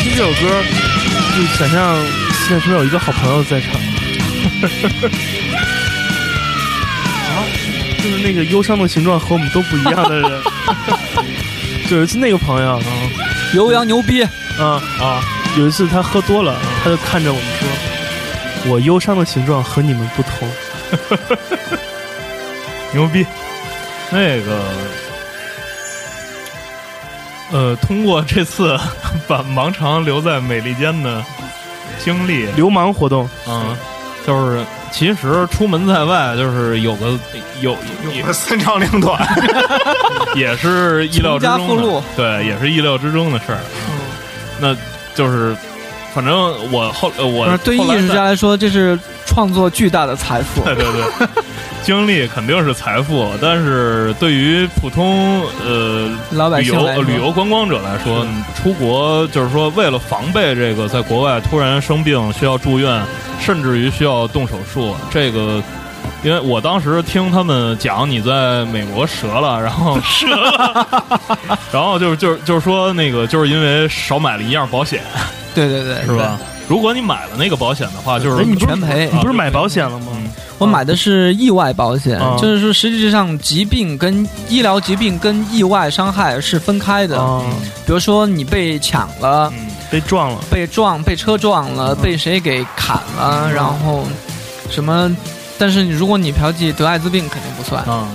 听这首歌，就想象现在是不是有一个好朋友在 场？啊，就是那个忧伤的形状和我们都不一样的 人，就是那个朋友
油羊牛逼，
啊啊！有一次他喝多了，他就看着我们说：“我忧伤的形状和你们不同。
牛逼！那个，呃，通过这次 把盲肠留在美利坚的经历”，
流氓活动，
嗯，就是其实出门在外，就是有个有有
三长两短，
也是意料之
穷家嗯
中
富
的
路，
对，也是意料之中的事儿。啊那就是，反正我后呃我
不是对于
后来
艺术
在
家来说，这是创作巨大的 财富。
对对对， 经历肯定是财富，但是对于普通呃
老百
旅
姓
游
来
呃
说
旅游观光者来说，你出国就是说为了防备这个在国外突然生病需要住院，甚至于需要动手术，这个。因为我当时听他们讲你在美国折了，然后折了，然后就是就是就是说那个就是因为少买了一样保险，
对对对，
是吧？如果你买了那个保险的话，就是
哎你不是
全赔
你不是买保险了吗？
嗯
对？我买的是意外保险，
啊
就是说实际上疾病跟医疗疾病跟意外伤害是分开的。
啊，
比如说你被抢了、
嗯
被撞了，
被撞、被车撞了、被谁给砍了，然后什么？但是你如果你嫖妓得艾滋病肯定不算，
啊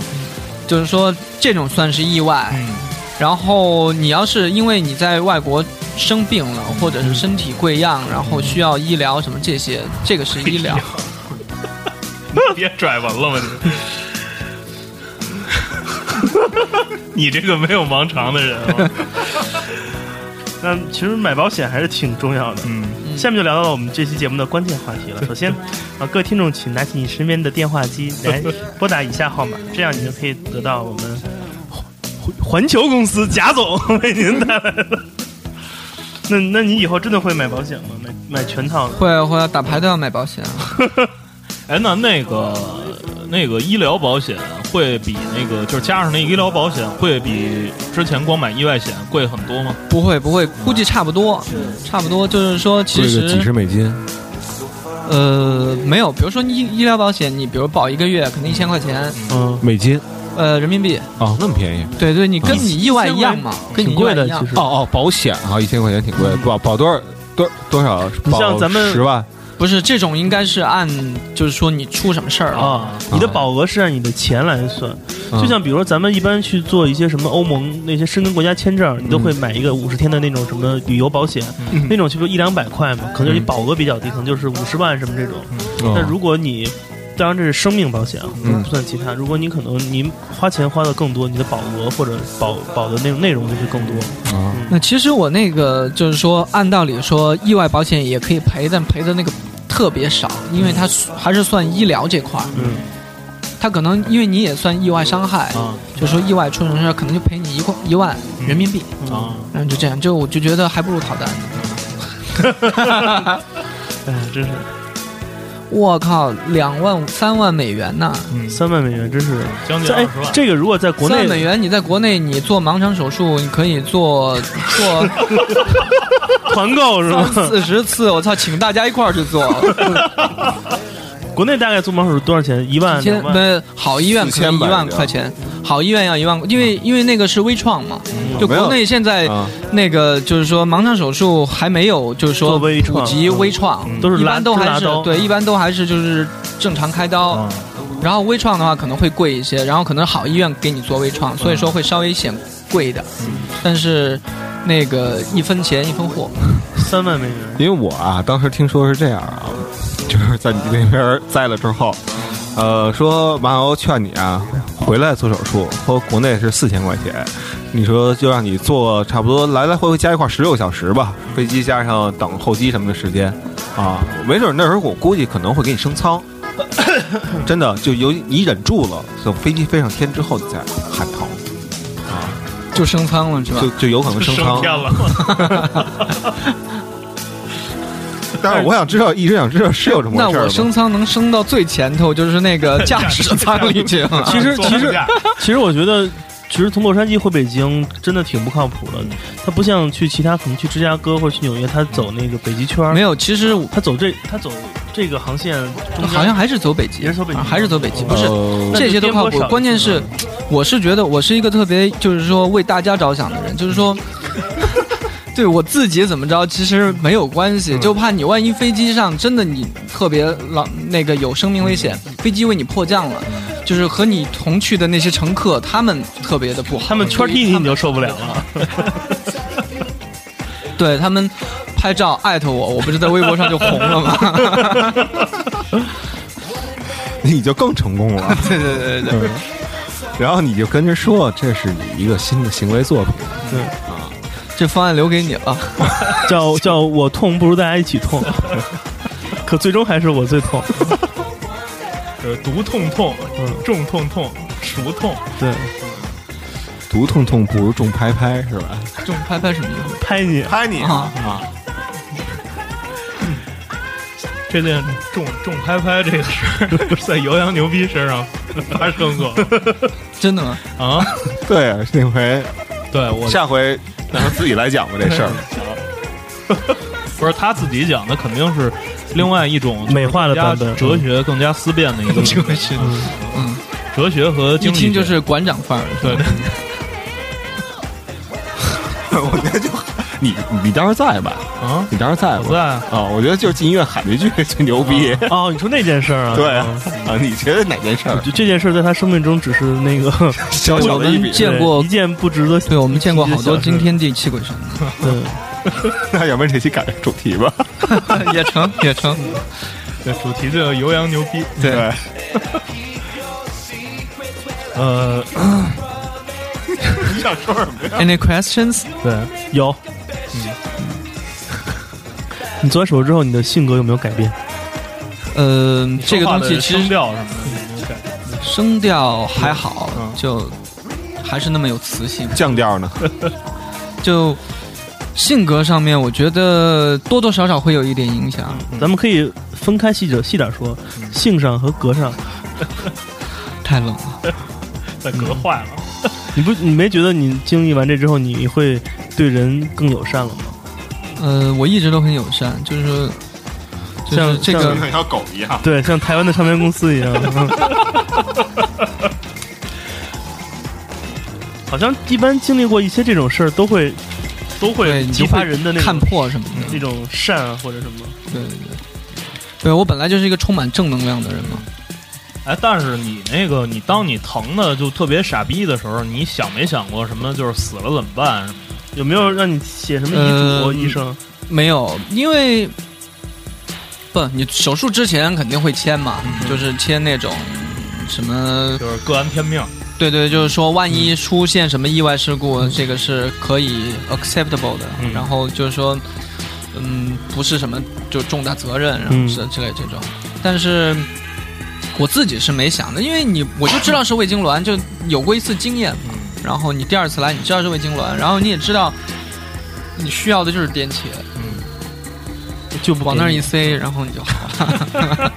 就是说这种算是意外。
嗯
然后你要是因为你在外国生病了，或者是身体贵恙，然后需要医疗什么这些，这个是医疗。
别拽完了吧 你！你这个没有盲肠的人、啊，
那其实买保险还是挺重要的。
嗯，
下面就聊到了我们这期节目的关键话题 了。首先，啊，各位听众，请拿起你身边的电话机来拨打以下号码，这样你就可以得到我们环环球公司贾总 为您带来的。那那你以后真的会买保险吗？买买全套的？
会啊会啊，打牌都要买保险啊。
哎，那那个那个医疗保险会比那个就是加上那医疗保险会比之前光买意外险贵很多吗？
不会不会，估计差不多，差不多就是说，其
贵个几
实
十美金，
呃没有，比如说医医疗保险，你比如保一个月，可能一千块钱，
嗯，
美金
呃人民币，
哦，那么便宜
对对，你跟你意外一样嘛，跟你
挺
意外
贵
一
的，
样
其实
哦。哦，保险啊，一千块钱挺贵，保保多少多多少？
你像
保
咱们
十万，
不是这种应该是按就是说你出什么事儿了，
啊，你的保额是按你的钱来算，
嗯
就像比如说咱们一般去做一些什么欧盟那些申根国家签证，你都会买一个五十天的那种什么旅游保险，那种就一两百块嘛，可能就是你保额比较低，可能就是五十万什么这种。但如果你当然这是生命保险啊，
嗯
不算其他。如果你可能您花钱花的更多，你的保额或者保保的内内容就会更多。
啊
那其实我那个就是说，按道理说意外保险也可以赔，但赔的那个特别少，因为它还是算医疗这块儿，
嗯
它可能因为你也算意外伤害，
啊
就说意外出什么事儿，可能就赔你一块一万人民币，
啊！
嗯，就这样，就我就觉得还不如逃单。
哎呀，真是
我靠，两万五三万美元呐、
三万美元，真是
将近
在
二
哎
十万。
这个如果在国
三万美
内
元，你在国内你做盲肠手术，你可以做 做
团购是吗？
三四十次，我操，请大家一块儿去做，
国内大概做盲手术多少钱？一万
现
两
在
万？
呃好医院可能一
4000吧
万块钱，好医院要一万，因为因为那个是微创嘛，就
嗯没有
国内现在
啊
那个就是说盲肠手术还没有就是说
做微创
普及微创，
嗯都是
一
拉
般都
是
还
拉
是
刀啊
对，一般都还是就是正常开刀，然后微创的话可能会贵一些，然后可能好医院给你做微
啊
创，所以说会稍微显贵一点，
嗯
但是那个一分钱一分货，
三万美元。
因为我啊，当时听说是这样啊，就是在你那边栽了之后，呃，说麻油劝你啊，回来做手术，说国内是四千块钱，你说就让你做差不多来来回回加一块十六小时吧，飞机加上等候机什么的时间啊，没准那时候我估计可能会给你升舱， 真的就由你忍住了，等飞机飞上天之后你再喊疼，
就升舱了是吧
就？就有可能升舱。
天了，
但是我想知道，一直想知道是有这么
那
回事儿
我
吗
升舱能升到最前头，就是那个驾驶舱里去吗？
其实
坐不
其实
下
其实我觉得，其实从洛杉矶回北京真的挺不靠谱
嗯
的。他不像去其他，可能去芝加哥或者去纽约，他走那个北极圈儿
没，有，其实我
他走这他走这个航线中间
好像还是走北极，
也是走北极
啊还是走北极，不是
呃
这些都靠
那就颠簸少
谱
一。些
关键是，我是觉得我是一个特别就是说为大家着想的人，就是 说。对我自己怎么着，其实没有关系，就怕你万一飞机上真的你特别老那个有生命危险，飞机为你迫降了，就是和你同去的那些乘客，他们特别的不好，
他们圈踢你，你就受不了了。
对他们拍照艾特我，我不是在微博上就红了吗？
你就更成功了。
对对对对对，
然后你就跟人说，这是你一个新的行为作品。
这方案留给你了。
叫叫我痛不如大家一起 痛，可最终还是我最痛。
呃，毒痛痛，
嗯
重痛痛，熟痛，
对，
毒痛痛不如重拍拍，是吧？
这种拍拍什么意
拍你
拍你
思啊？
这件重重拍拍这个事儿 在姚洋牛逼身上发生过
真的吗？
啊。
对，那回
对 我
下回让他自己来讲吧，这事儿。
不是他自己讲的，肯定是另外一种
美化的版本嗯
更加哲学更加思辨的一 个
这个是，
哲学和
一
经济
听
学，
就是馆长范儿的。
对，
我觉得就你你当时在吧？
啊，
你当时在
我
吧？
在
啊，我觉得就是进医院喊这句 最牛逼。
哦，你说那件事儿啊？
对啊，你觉得哪件事儿
就这件事在他生命中只是那个
小小
我
的一
们
笔？
见过
对 一，件不值得。
对我们见过好多惊
今天。
天地泣鬼 神，
对，
那要不然这期改成主题吧？
也成 也成。
嗯
对主题这个油羊牛逼，
对，
呃，
Any questions？
对，有。
嗯
你做完手术之后，你的性格有没有改变？
呃，这个
说话
东
的
西其
声
实
调什么的，
声调还好，
嗯
就还是那么有磁性。
降调呢？
就性格上面，我觉得多多少少会有一点影响。
咱们可以分开细者细点说，性上和格上。
太冷了，
再隔
嗯
坏了。
你不，你没觉得你经历完这之后，你会对人更友善了吗？
呃，我一直都很友善，就是说就是
像
这个
像
小狗一样。
对，像台湾的唱片公司一样。嗯 好像一般经历过一些这种事儿，都会都
对
会
你
激
就
发
会
人的那
看
种
破什么的。
那种善啊，或者什么。
对对对，对我本来就是一个充满正能量的人嘛。
哎，但是你那个，你当你疼的就特别傻逼的时候，你想没想过什么？就是死了怎么办？
有没有让你写什么遗嘱？啊
呃
医生
没有，因为不，你手术之前肯定会签嘛，就是签那种什么，
就是各安天命。
对对，就是说万一出现什么意外事故，这个是可以 acceptable 的。
嗯
然后就是说，嗯，不是什么就重大责任，然后
嗯
之之类这种，但是。我自己是没想的，因为你我就知道是胃痉挛，就有过一次经验嘛。
嗯
然后你第二次来，你知道是胃痉挛，然后你也知道你需要的就是颠茄，
嗯就不
往那儿
给你
一塞，然后你就好了。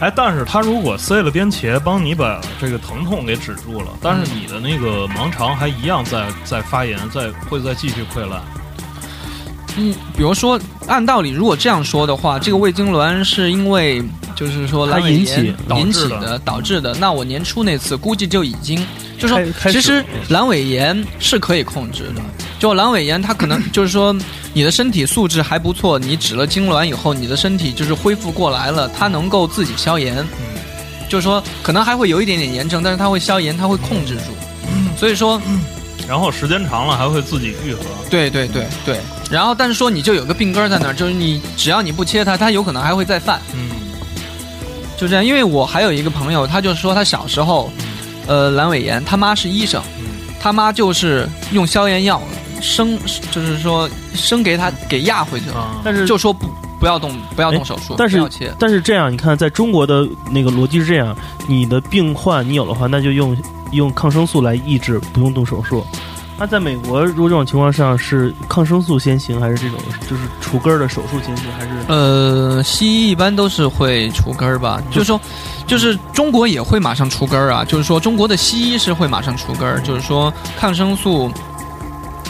哎，但是他如果塞了颠茄，帮你把这个疼痛给止住了，但是
嗯
你的那个盲肠还一样在在发炎，在会再继续溃烂。
嗯，比如说，按道理如果这样说的话，这个胃痉挛是因为就是说
它
阑尾
引
炎
起
导
引
致
起
的
的导致的。那我年初那次估计就已经，就说
开开始
其实阑尾炎是可以控制的。就阑尾炎，它可能 就是说你的身体素质还不错，你止了痉挛以后，你的身体就是恢复过来了，它能够自己消炎。就是说可能还会有一点点炎症，但是它会消炎，它会控制住。所以说，
然后时间长了还会自己愈合。
对对对对，然后但是说你就有个病根儿在那儿，就是你只要你不切它，它有可能还会再犯，
嗯，
就这样。因为我还有一个朋友，他就说他小时候，呃，阑尾炎，他妈是医生，他妈就是用消炎药生，就是说生给他给压回去了，
啊，
但是
就说不不要动不要
哎
动手术，
但是
不要切。
但是这样，你看，在中国的那个逻辑是这样：你的病患你有的话，那就用用抗生素来抑制，不用动手术。那在美国，如果这种情况上是抗生素先行，还是这种就是除根儿的手术先行，还是
呃，西医一般都是会除根儿吧，就是说，就是中国也会马上除根儿啊，就是说中国的西医是会马上除根儿，就是说抗生素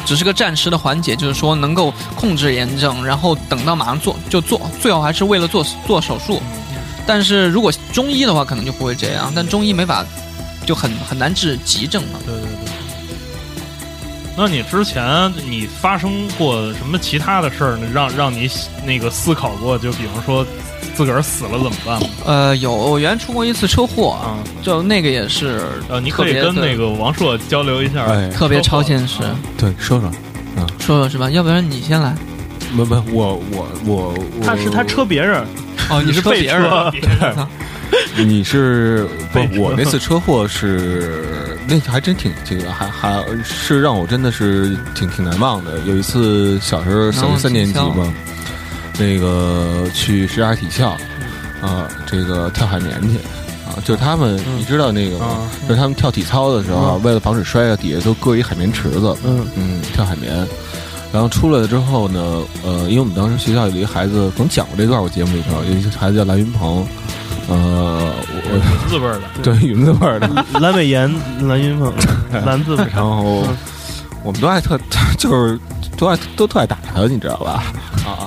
只是个暂时的缓解，就是说能够控制炎症，然后等到马上做就做，最好还是为了做做手术。但是如果中医的话，可能就不会这样，但中医没法就很很难治急症嘛。
对对对。那你之前你发生过什么其他的事儿呢？让让你那个思考过？就比方说自个儿死了怎么办吗？
呃，有我原来出过一次车祸，
啊，
就那个也是
呃，你
特
可以
别
跟
的
那个王朔交流一下。
哎，
特别超现实
车祸。啊
对，说说，
说说是吧？要不然你先来。
没没，我我我我，
他是他车别人，
哦，你是
被
别人
车
啊，
你是不
被？车
我那次车祸是那还真挺这个，还还是让我真的是挺挺难忘的。有一次小时候小学三年级嘛，那个去石家体校啊，这个跳海绵去啊，就是他们你知道那个吗？
啊，
就是他们跳体操的时候啊，为了防止摔啊，底下都搁一海绵池子，
嗯
嗯，跳海绵。然后出来了之后呢，呃，因为我们当时学校有一个孩子，可能讲过这段，我节目里头有一个孩子叫蓝云鹏，呃，我
文字辈儿的。
对，云字辈儿的。
阑 尾炎、蓝云鹏、蓝字
然后我们都还特，就是都爱都特爱打他，你知道吧？
啊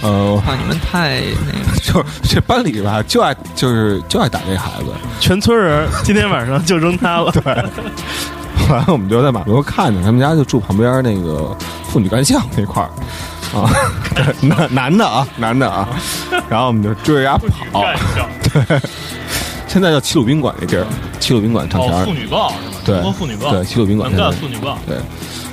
呃，
啊！你们太那个
就是这班里吧，就爱就是就爱打这孩子。
全村人今天晚上就扔他了。
后来我们就在马路上看着，他们家就住旁边那个妇女干巷那块儿啊，男男的啊，男的啊，然后我们就追着人家跑。
干一下
现在叫齐鲁宾馆那地儿，齐鲁宾馆唱片
哦，
儿
妇，女啊报是吧？
对
中国妇女报，
对，齐鲁宾馆
能
现在
干妇女报，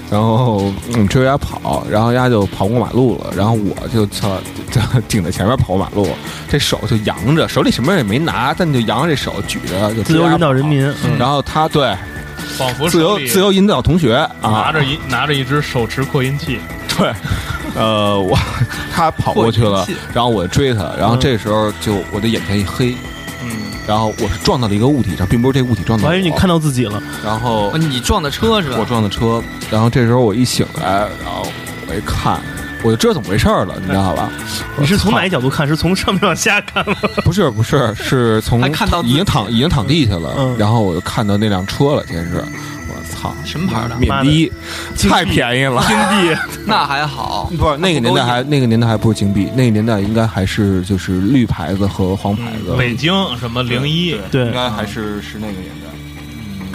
然后我们追着丫跑，然后丫就跑过马路了，然后我就操，就顶在前面跑过马路，这手就扬着，手里什么也没拿，但就扬着这手举着，就
自由引导人民嗯
追着丫跑。嗯然后他对
仿佛
自
手
由
里
自由引导同学
拿
啊，
着一拿着一只手持扩音器，
对，呃，我他跑过去 了
过气，
然后我追他，然后这时候就我的眼前一黑，
嗯，
然后我是撞到了一个物体上，并不是这物体撞
我
到
还
我，
以为你看到自己了，
然后
哦你撞的车是吧？
我撞的车，然后这时候我一醒来，然后我一看，我就知道怎么回事儿了，你知道吧？
你是从
我
哪一角度看？是从上面往下看吗？
操？不是不是，是从
还看到自己
已经躺已经躺地下了，
嗯
然后我就看到那辆车了，先是，我操，
什么牌儿的
缅迪，太便宜了。
金币，
那还好，
不是那个年代还那个年代还不是金币，那个年代应该还是就是绿牌子和黄牌子，
嗯北京什么零一，
对，
该还是是那个年代。嗯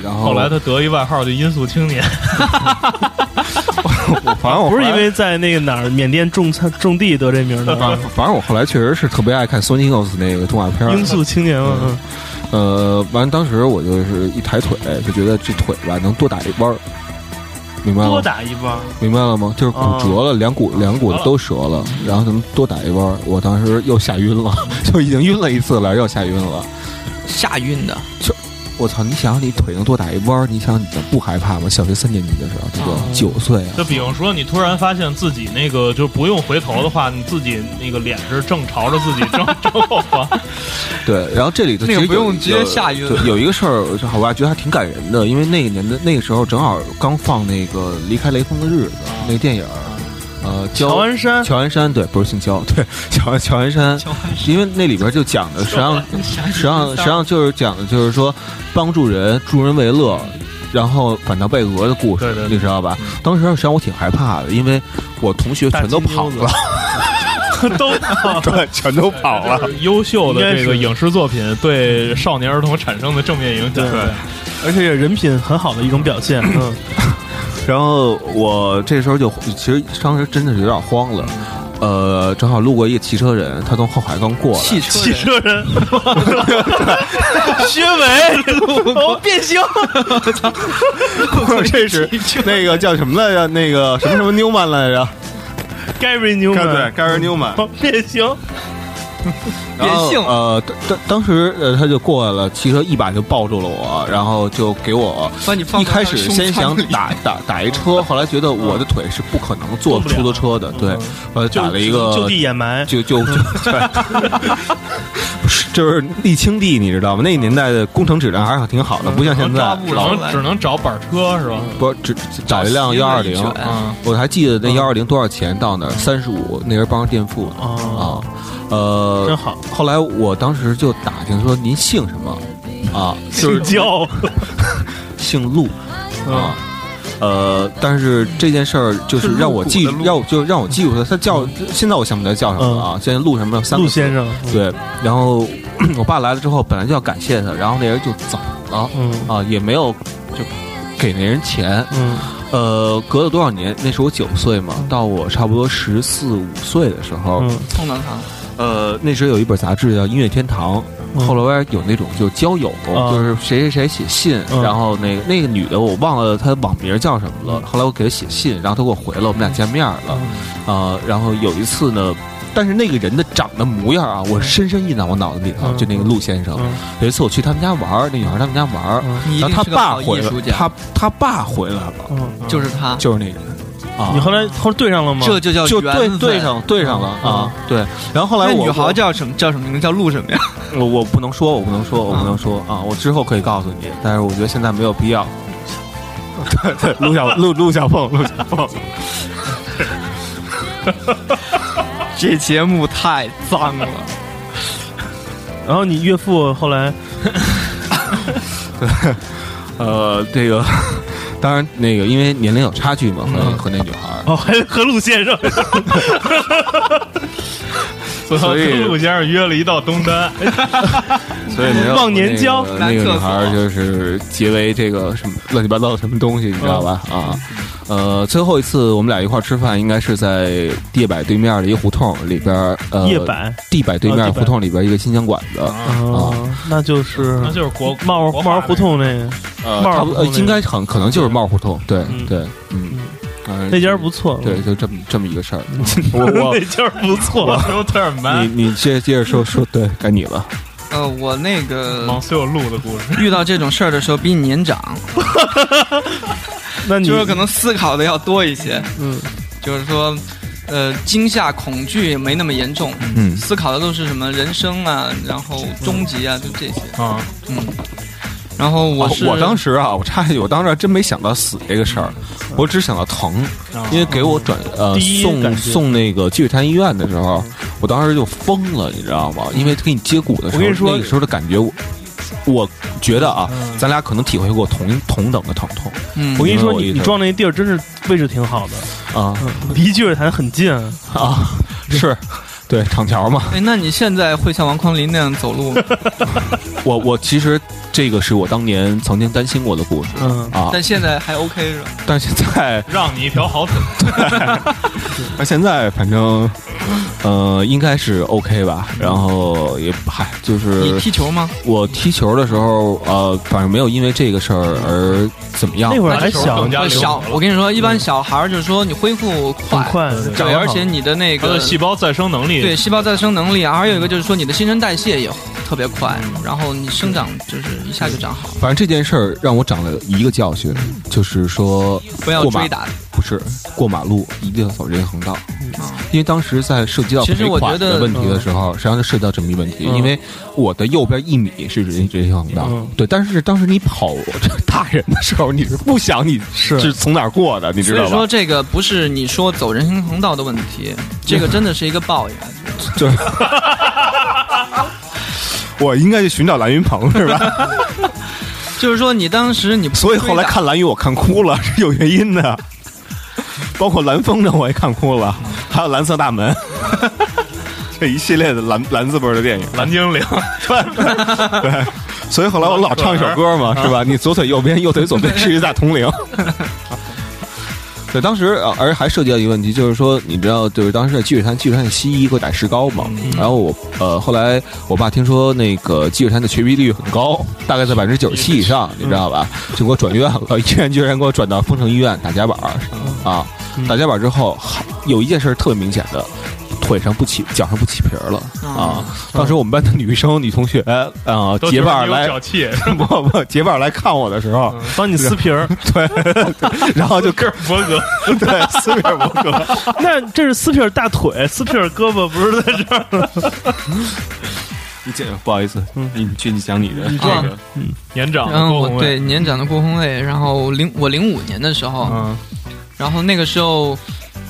然后
后来他得一外号叫“音速青年
我反正我
不是因
为。
为在那个哪儿缅甸种菜种地得这名的
反
吗？
反正我后来确实是特别爱看 Sony Ghost 那个动画片儿，
罂粟青年嘛，嗯
呃，完当时我就是一抬腿，就觉得这腿吧能多打一弯儿，明白了
多
吗？
打一棒，
明白了吗？就是骨
哦
折了，两骨两骨都折了，然后咱们多打一弯儿。我当时又吓晕了， 就已经晕了一次了，又吓晕了。
吓晕的。
我操！你想想，你腿能多打一弯儿，你想你能不害怕吗？小学三年级的时候，这
哦
个九岁啊”。，
就比方说，你突然发现自己那个就不用回头的话，你自己那个脸是正朝着自己 正正后方，
对，然后这里头
那个
其实
不
有
用
有
直接吓晕
对，有一个事儿，好吧，觉得还挺感人的，因为那个年代那个时候正好刚放那个《离开雷锋的日子》那个电影儿，呃，
乔
焦
安山
乔安山对，不是姓焦，对，乔乔安山，因为那里边就讲的，实际上实际上实际上就是讲的就是说帮助人，助人为乐。然后反倒被讹的故事，
对对对
你知道吧？当时实际上我挺害怕的，因为我同学全都
大金
跑
妞子
了，
都
对，全都跑 了。
优秀的这
应该
个
是
影视作品对少年儿童产生的正面影响。
对而且人品很好的一种表现，嗯，
然后我这时候就，其实当时真的是有点慌了。呃，正好路过一个骑车人，他从后海刚过来，
汽车
汽
人
车人，薛伟，我变形，
这是那个叫什么来着？那个什么什么妞曼来着？
Gary Newman，
盖瑞妞曼。
我变形，
然后
变性
呃，当当当时呃他就过来了，骑车一把就抱住了我，然后就给我
把你放
一
到他
开
的
始
胸
先想
膛里
打打打一车，后来觉得我的腿是不可能坐出租车的，对，呃
就
打了一个
就地掩埋，
就就就对，是就是沥青地，你知道吗？那个年代的工程质量还是挺好的，
嗯
不像现在
抓不
只
着
能只能找板车是吧？
不是只只找一辆幺二零
新的一卷，
嗯，
我还记得那幺二零多少钱到那儿，三十五，那人帮着垫付的啊
哦，
呃，
真好。
后来我当时就打听说您姓什么啊？就
姓嗯
是
焦，
姓陆啊。呃，但是这件事儿就是让我记，让我就让我记住他，他叫现在我想不起来叫什么了啊，现在陆什么三个
嗯陆
字
先生，嗯
对，然后 我爸来了之后，本来就要感谢他，然后那人就走了，
嗯
啊，也没有就给那人钱。
嗯，
呃，隔了多少年？那时候我九岁嘛，到我差不多十四五岁的时候，
嗯
碰到他，
呃，那时候有一本杂志叫《音乐天堂》，
嗯
后来有那种就交友，
啊
就是谁谁谁写信，
嗯
然后那个那个女的我忘了她网名叫什么了，后来我给她写信，然后她给我回了，我们俩见面了，
嗯
啊、然后有一次呢。但是那个人的长得模样啊，我深深印到我脑子里头，
嗯
就那个陆先生。
嗯
有一次我去他们家玩儿，那女孩儿他们家玩儿，
你一
然
定
后他
是个
爸
好
回
艺
来
术，家，
他他爸回来了，
嗯，
就是他，
就是那个人啊
你，后来后来对上了吗？
这就叫
就
缘
对
分
对。上对上了啊，对。然后后来
嗯那
我
女孩
我
叫什么？叫什么名？叫陆什么呀？
我我不能说，我不能说，我不
嗯
能说啊！我之后可以告诉你，但是我觉得现在没有必 要。对对，陆小陆陆小凤，陆小凤，
这节目太脏了。
然后你岳父后来
呃，这个 当然，那个因为年龄有差距嘛，和、
嗯
和那女孩儿，
哦，还是和陆先生，
所哎
以
跟陆先生约了一道东单，
所以没有
忘年交
那个那个女孩儿就是结为这个什么乱七八糟的什么东西，你知道吧？
嗯
啊，呃，最后一次我们俩一块儿吃饭，应该是在地百对面的一个胡同里边儿，呃，
夜板
地百对
哦
面
地百
胡同里边儿一个新疆馆子，
哦，那就是
那就是 国
帽儿
国
帽
画
儿胡 同那个
呃，
帽儿
差
胡
不
同
多呃
那
应该很可能就是帽儿胡同，对
嗯
对，嗯，呃
那家儿不错，嗯
对，就这么这么一个 事儿。
我 我
那家儿不错，
有点
你
难。
你接接着说说，对，该你了。
呃，我那个
往所有路的故事，
遇到这种事儿的时候比你年长，
嗯
那你
就是可能思考的要多一些。嗯，就是说，呃，惊吓、恐惧也没那么严重，
嗯
思考的都是什么人生啊，然后终极啊，就这些
啊。
嗯，然后我
哦
是、
我当时啊，我插一句，我当时还真没想到死这个事儿，我只想到疼，因为给我转呃
啊第一感
送
觉
送那个积水潭医院的时候，我当时就疯了，你知道吗？因为给你接骨的时
我跟你
候，
说嗯
那个时候的感觉，我我觉得啊，咱俩可能体会过同同等的疼痛
嗯
我跟你说，
我
你
一
你
头
撞那地儿真是位置挺好的，
嗯
啊
离积水潭很近啊。
啊，是 对长条嘛。
哎，那你现在会像王匡林那样走路吗？
我我其实这个是我当年曾经担心过的故事
嗯，
啊，
但现在还 OK 是吧？
但现在
让你一条好腿，
那现在反正，呃，应该是 OK 吧。然后也嗨，就是
你踢球吗？
我踢球的时候，呃，反正没有因为这个事儿而怎么样
那。会儿还小
更，加灵活
呃小，我跟你
嗯
说，一般小孩儿就是说你恢复
很
快，
快嗯的。
对，而且你的那
它
个
的细胞再生能力
对细胞再生能力，啊还有一个就是说你的新陈代谢也特别快，
嗯
然后你生长就是一下就长好，
反正这件事儿让我长了一个教训，就是说
不要
过马
追打。嗯
不是过马路一定要走人行横道，因为当时在涉及到
其
赔
实我
款
觉得嗯
的问题的时候，实际上是涉及到这么一个问题，因为我的右边一米是人人行横道，
嗯
对，但是当时你跑大人的时候，你是不想你是是从哪儿过的，你知
所
道
以说
吧？
这个不是你说走人行横道的问题，这
嗯
个真的是一个抱怨。
就是
我应该去寻找蓝云鹏是吧？
就是说你当时你不啊
所以后来看蓝云我看哭了，是有原因的。包括蓝风筝我也看哭了，还有蓝色大门，这一系列的蓝蓝字辈儿的电影。
蓝精灵，
对，所以后来我老唱一首歌嘛，是吧？你左腿右边，右腿左边是一大铜铃。
对，当时呃而还涉及到一个问题，就是说，你知道，就是当时在积水潭，积水潭的西医给我打石膏嘛。
嗯
然后我呃，后来我爸听说那个积水潭的瘸皮率很高，大概在百分之九十七以上，你知道吧？
嗯
就给我转院了，医院居然给我转到丰城医院打夹板儿啊！
嗯
打夹板儿之后，好有一件事儿特别明显的。腿上不起，脚上不起皮儿了啊！当时我们班的女生、女同学啊、
都
结伴儿
觉得
来，
你有脚气，
不不，结伴来看我的时候，
帮你撕皮儿，
嗯
然后 就跟
伯格，
对斯皮尔伯格，
那这是撕皮儿大腿，撕皮儿胳膊，不是在这儿了。
你这不好意思，
嗯
你去你讲你的
这个
年长的
嗯然后
郭
我
宏伟
嗯对年长的郭红卫，然后零我零五年的时候，
嗯
然后那个时候，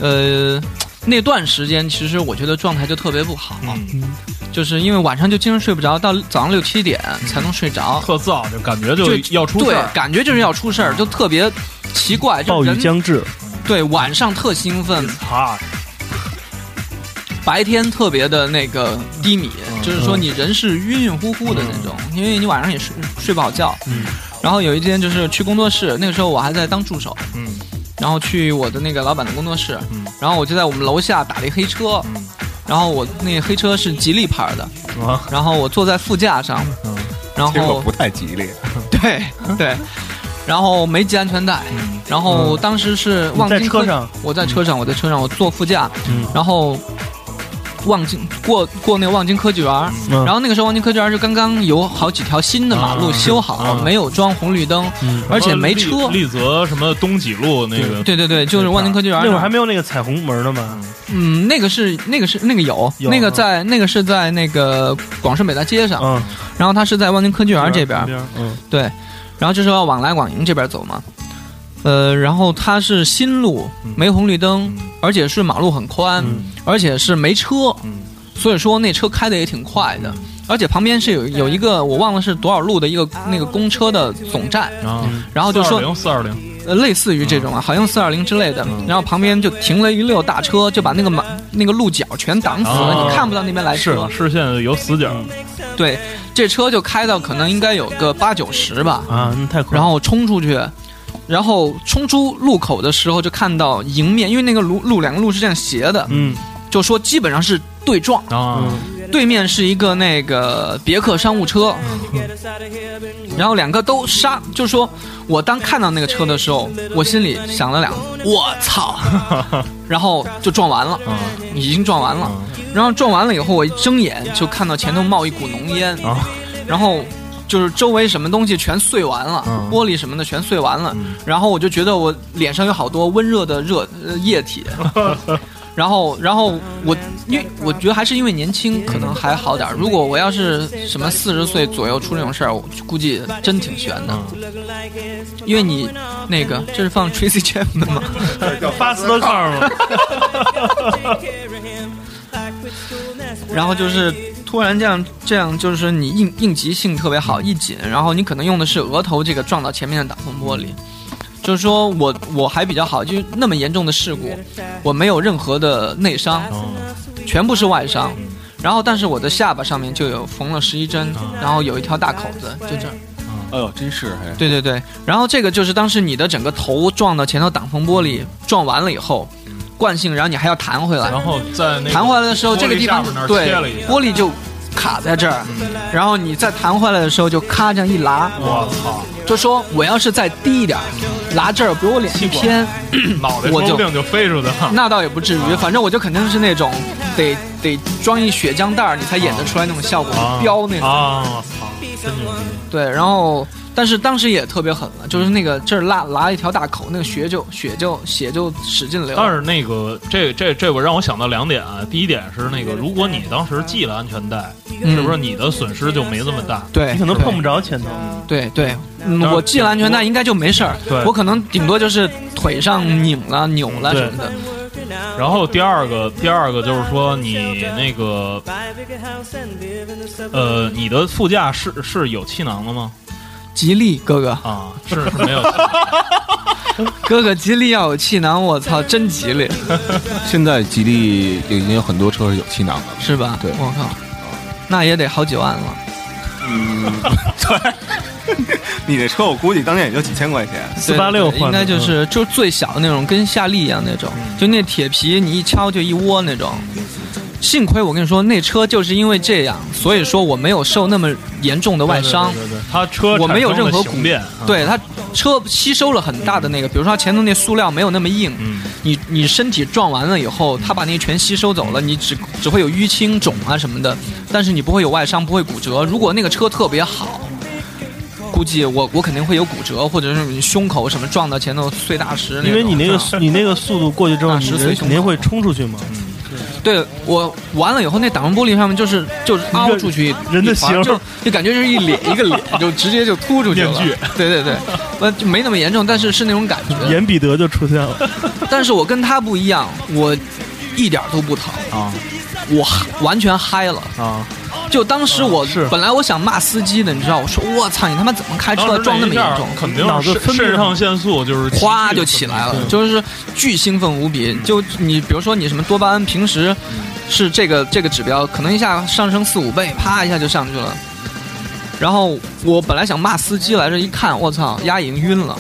呃，那段时间其实我觉得状态就特别不好，
嗯，
就是因为晚上就经常睡不着，到早上六七点才能睡着，
特燥，就感觉就
就
要出事
对
儿，，
感觉就是要出事儿，就特别奇怪，就
暴雨
人
将至，
对晚上特兴奋，
啊，
白天特别的那个低迷，就是说你人是晕晕乎乎的那种，因为你晚上也睡睡不好觉。
嗯。
然后有一天就是去工作室，那个时候我还在当助手，
嗯
然后去我的那个老板的工作室，
嗯
然后我就在我们楼下打了一黑车，
嗯
然后我那个黑车是吉利牌的，
啊
然后我坐在副驾上，
嗯
然
结果
后
不太吉利。
对 对，然后没系安全带，然后当时是望
嗯你在
京科
车上，
我在车上，我在车上，我坐副驾，
嗯
然后望京过过那个望京科技园儿，
嗯
然后那个时候望京科技园儿是刚刚有好几条新的马路
啊
修好，
啊
没有装红绿灯，
嗯
而且没车。
丽泽什么东几路那个，
对对对，就是望京科技园儿
那会儿还
没
没有那个彩虹门呢嘛。
嗯，那个是那个是那个有
有
那个
嗯
在那个是在那个广盛北大街上，
嗯，
然后它是在望京科技园儿这边
旁
儿，
边，嗯，
对，然后就是要往来广营这边走嘛。呃，然后它是新路，
嗯
没红绿灯，而且是马路很宽，而且是没车，
嗯
所以说那车开的也挺快的，而且旁边是有有一个我忘了是多少路的一个那个公车的总站，
啊，
嗯然后就说
四二零四二零，嗯
呃类似于这种啊，好像四二零之类的，然后旁边就停了一溜大车，就把那个马那个路角全挡死了，
哦
你看不到那边来
是
车。
视线有死角，
对，这车就开到可能应该有个八九十吧，
啊，那太快了。
然后冲出去，然后冲出路口的时候就看到迎面，因为那个路路两个路是这样斜的，
嗯
就说基本上是对撞，
啊，
对面是一个那个别克商务车，然后两个都刹，就说我当看到那个车的时候，我心里想了两，我操，然后就撞完了，已经撞完了，然后撞完了以后，我一睁眼就看到前头冒一股浓烟，然后。就是周围什么东西全碎完了，玻璃什么的全碎完了，然后我就觉得我脸上有好多温热的热、呃、液体，然后，然后我因为我觉得还是因为年轻，可能还好点儿。如果我要是什么四十岁左右出这种事儿，我估计真挺悬的。因为你那个这是放 Tracy Chapman 的吗？
发斯特卡嘛，
然后就是突然这样这样，就是你应应急性特别好，一紧，然后你可能用的是额头这个撞到前面的挡风玻璃。就是说我我还比较好，就是那么严重的事故，我没有任何的内伤，全部是外伤。然后但是我的下巴上面就有缝了十一针，然后有一条大口子，就这儿。
哎呦，真是哎，
对对对，然后这个就是当时你的整个头撞到前头挡风玻璃，撞完了以后，惯性，然后你还要弹回来，
然后在那个
弹回来的时候，这个地方
玻璃下面那儿
对
切了一下
玻璃就卡在这儿，然后你再弹回来的时候就咔这样一拉，
我操，
就说我要是再低一点儿，拉这儿比我脸一偏，
嗯脑袋
我
说
就
不定就啊飞出去了。
那倒也不至于，反正我就肯定是那种得得装一血浆袋儿，你才演得出来那种效果，
啊
飙那种。
啊！我操，
对，然后但是当时也特别狠了，就是那个这儿拉拉一条大口，那个血就血就血就使劲流。
但是那个这这这我让我想到两点啊，第一点是那个，如果你当时系了安全带，
嗯
是不是你的损失就没这么大？
对，
你可能
对
碰不着前头。
对对，嗯，
当
我系了安全带应该就没事儿，
对
我可能顶多就是腿上拧了、扭了
对
什么的。
然后第二个，第二个就是说你那个，呃，你的副驾是是有气囊的吗？
吉利哥哥，
啊，是是没有气 囊的。
哥哥吉利要有气囊，我操，真吉利，
现在吉利已经有很多车是有气囊的，
是吧？
对
我靠，那也得好几万了。
你这车我估计当年也就几千块钱，
对
486
对对应
换的
该
嗯
就是就是最小的那种，跟夏利一样那种，就那铁皮你一敲就一窝那种。幸亏我跟你说，那车就是因为这样，所以说我没有受那么严重的外伤。
对对对对他车
我没有
产生了
任何
形变，啊，
对它车吸收了很大的那个，比如说它前头那塑料没有那么硬，
嗯，
你你身体撞完了以后，它把那全吸收走了，你只只会有淤青、肿啊什么的，但是你不会有外伤，不会骨折。如果那个车特别好，估计我我肯定会有骨折，或者是你胸口什么撞到前头碎大石种。
因为你那个
啊
速你那个速度过去之后，
那
你
十岁
人
熊
肯定
猫
会冲出去嘛，
对我完了以后，那挡风玻璃上面就是就是凹出去一
人的
一团
形儿
就就感觉就是一脸一个脸，就直接就突出去了。对对对，呃，就没那么严重，但是是那种感觉。
严彼得就出现了。
但是我跟他不一样，我一点儿都不疼啊，我完全嗨了啊！就当时我、
是
本来我想骂司机的，你知道，我说我操你他妈怎么开车
当时
撞
那
那
一
么
下
严重？
肯定
脑子
是
分
肾
泌
上腺素就是
哗
急剧
就起来了
分，泌
就是巨兴奋无比。就你比如说你什么多巴胺，平时是这个这个指标，可能一下上升四五倍，啪一下就上去了。然后我本来想骂司机来着，一看我操，丫已经晕了，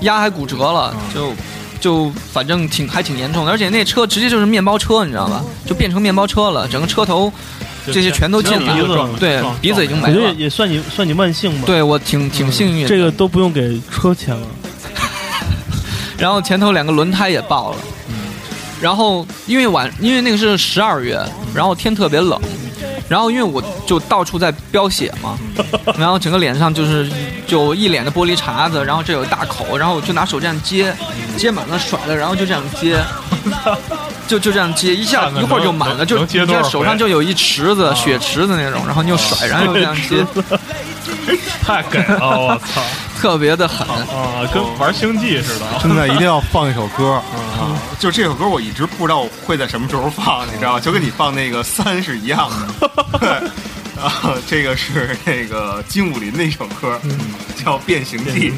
丫还骨折了，就就反正挺还挺严重的，而且那车直接就是面包车，你知道吧？就变成面包车了，整个车头
就
这些全都进
前
来
鼻子
了
撞，
对
撞，
鼻子已经
我
没
觉得
了。
也算你算你万幸吧。，
对我挺挺幸运的，
这个都不用给车钱了。
然后前头两个轮胎也爆了。然后因为晚，因为那个是十二月，然后天特别冷，然后因为我就到处在飙血 嘛，然后整个脸上就是就一脸的玻璃碴子，然后这有一大口，然后我就拿手这样接，接满了甩了，然后就这样接， 就就这样接，一下
看看
一会儿就
能
满了，
能
就
能
你
接多
这
少
手
回啊
上就有一池子血池子那种，然后你就 甩，然后就这样接，
太给了，我操
特别的狠。
啊，跟玩星际似的。啊
真的一定要放一首 歌，嗯就这首歌我一直不知道会在什么时候放，你知道吗？就跟你放那个三是一样的。 对， 啊，这个是
嗯
那个金武林的一首歌，叫《变形记》。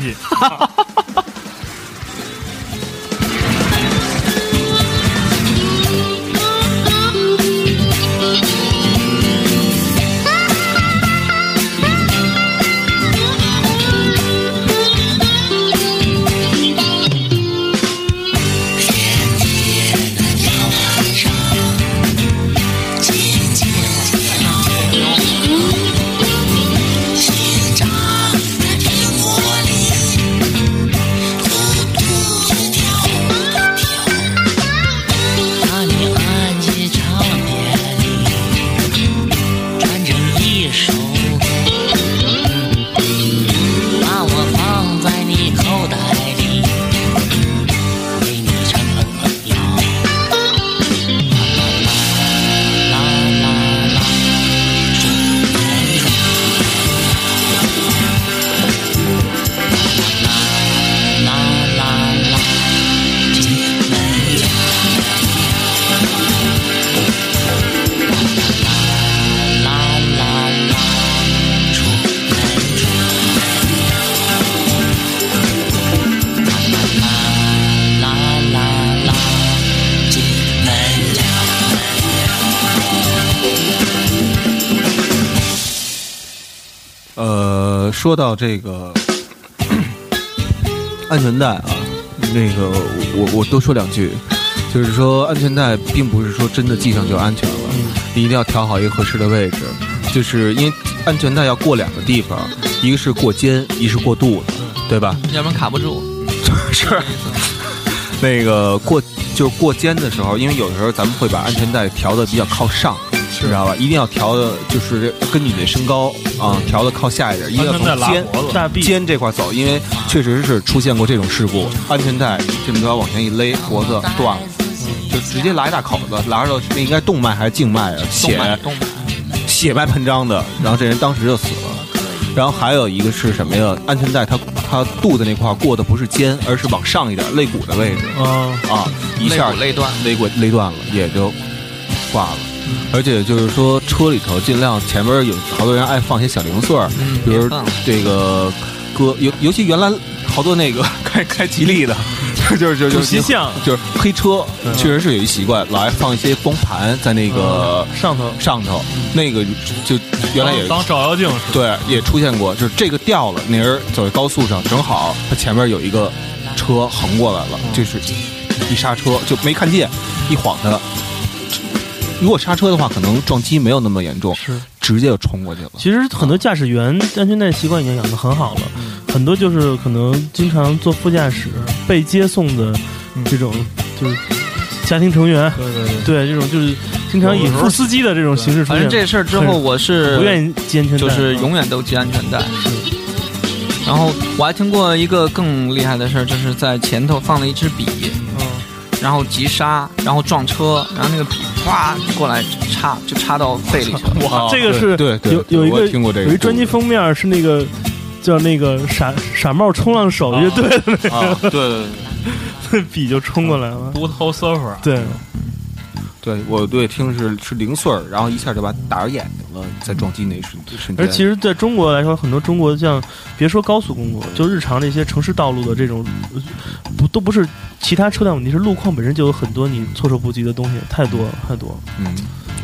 呃说到这个 安全带啊，那个我我多说两句，就是说安全带并不是说真的系上就安全了，
嗯
你一定要调好一个合适的位置，就是因为安全带要过两个地方，一个是过肩，一是过肚
嗯
子，对吧？
要不然卡不住。
是，那个过就是过肩的时候，因为有的时候咱们会把安全带调的比较靠上，知道吧？一定要调的，就是跟你的身高啊调的靠下一点，一定要
安全带
从
拉
肩
脖子
大臂
肩这块走，因为确实是出现过这种事故，安全带这么着往前一勒，脖子断了。就直接拉一大口子，拉到那应该动脉还是静脉啊？血
动脉，动脉。
血脉喷张的，然后这人当时就死了。然后还有一个是什么呀？安全带它它肚子那块儿过的不是肩，而是往上一点肋骨的位置
嗯
啊，
啊，一下
肋骨肋断
肋骨勒断了，也就挂了。而且就是说，车里头尽量前边有好多人爱放一些小零碎儿，
嗯
比如
别放了
这个歌，尤尤其原来好多那个 开开吉利的，就是就是就
主席
是
像
就是黑车，确实是有一习惯，老爱放一些光盘在那个
上头
上头，那个就原来也
嗯哦当照妖镜似
对也出现过，就是这个掉了，那人走在高速上，正好他前面有一个车横过来了，
哦
就是一刹车就没看见，一晃他。如果刹车的话，可能撞击没有那么严重，
是
直接就冲过去了。
其实很多驾驶员安全带习惯已经养得很好了，
嗯
很多就是可能经常坐副驾驶被接送的
嗯
这种，就是家庭成员，
对 对对，
对这种就是经常以副司机的这种形式出
反正
现，
这事儿之后，我是
不愿意系安全带， 啊
就是永远都系安全带。然后我还听过一个更厉害的事儿，就是在前头放了一支笔，然后急刹，然后撞车，然后那个笔哗过来插就插到肺里去了。
哇
哦
啊这个是
对对
有
对
有一
我
个
也听过这个
有一专辑封面是那个叫那个傻傻帽冲浪手乐队的
啊，对 对对
那 个笔就冲过来
啊
了，
的，偷 surfer，
对，
对，我对听是是零碎儿，然后一下就把打着眼睛了，在撞击那一瞬瞬间。
而其实在中国来说，很多中国像别说高速公路，就日常这些城市道路的这种，呃不都不是其他车辆问题，是路况本身就有很多你措手不及的东西，太多了太多了。
嗯，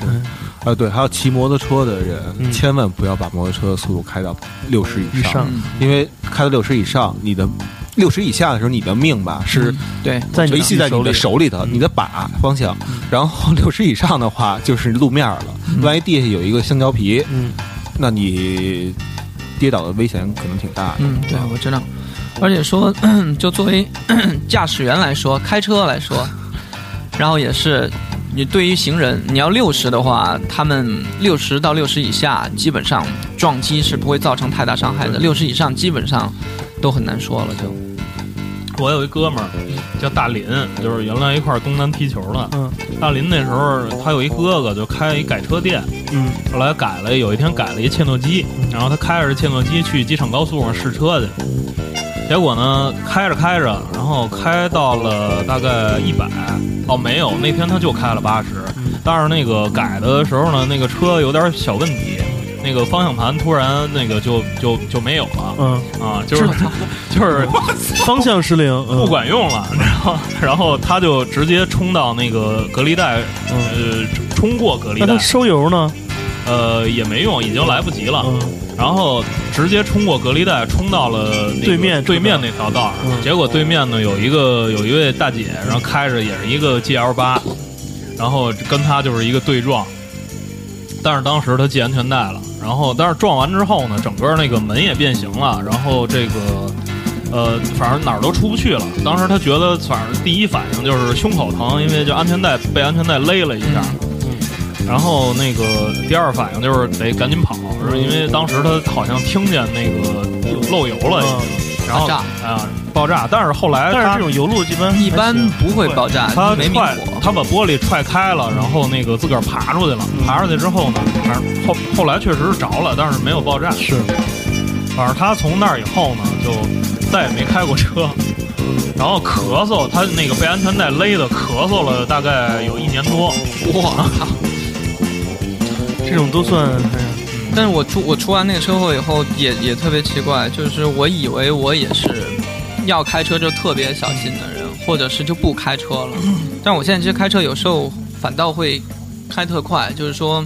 嗯
对，啊对，还有骑摩托车的人，
嗯
千万不要把摩托车的速度开到六十以
以
上，
上
嗯，
因为开到六十以上，你的六十以下的时候，你的命吧是
对，
在你
维系在你的
里，
手里头，
嗯
你的把方向。然后六十以上的话，就是路面了，万一地下有一个香蕉皮，
嗯，
那你跌倒的危险可能挺大的。
嗯，对，我知道。而且说， 就作为驾驶员来说，开车来说， 然后也是，你对于行人，你要六十的话，他们六十到六十以下，基本上撞击是不会造成太大伤害的。六十以上，基本上都很难说了，就。
我有一哥们儿叫大林，就是原来一块儿东南踢球的。
嗯，
大林那时候他有一哥哥，就开一改车店。
嗯，
后来改了，有一天改了一切诺基，然后他开着这切诺基去机场高速上试车去。结果呢，开着开着，然后开到了大概一百，哦，没有，那天他就开了八十，但是那个改的时候呢，那个车有点小问题，那个方向盘突然那个就就就没有了
嗯，
啊，就是 就是
方向失灵，嗯
不管用了， 然后然后他就直接冲到那个隔离带，呃，冲过隔离
嗯那
带
他，收油呢？
呃，也没用，已经来不及了。
嗯，
然后直接冲过隔离带，冲到了、那个
对面
对面那条道上。
嗯
结果对面呢有一个有一位大姐，然后开着也是一个 GL 八，然后跟他就是一个对撞。但是当时他系安全带了，然后但是撞完之后呢，整个那个门也变形了，然后这个呃，反正哪儿都出不去了。当时他觉得，反正第一反应就是胸口疼，因为就安全带被安全带勒了一下。
嗯
然后那个第二反应就是得赶紧跑，是因为当时他好像听见那个漏油了，
嗯
然后
爆炸
啊爆炸。但是后来
但是
他
这种油路一般
一般不会爆炸，
他
没明
踹
火。
他把玻璃踹开了，然后那个自个儿爬出去了。
嗯
爬出去之后呢，反正后后来确实是着了，但是没有爆炸。
是
反正他从那儿以后呢，就再也没开过车。然后咳嗽，他那个被安全带勒的咳嗽了，大概有一年多。
哇！
这种都算，哎呀
但是我出我出完那个车祸以后也，也特别奇怪，就是我以为我也是要开车就特别小心的人，或者是就不开车了。但我现在其实开车有时候反倒会开特快，就是说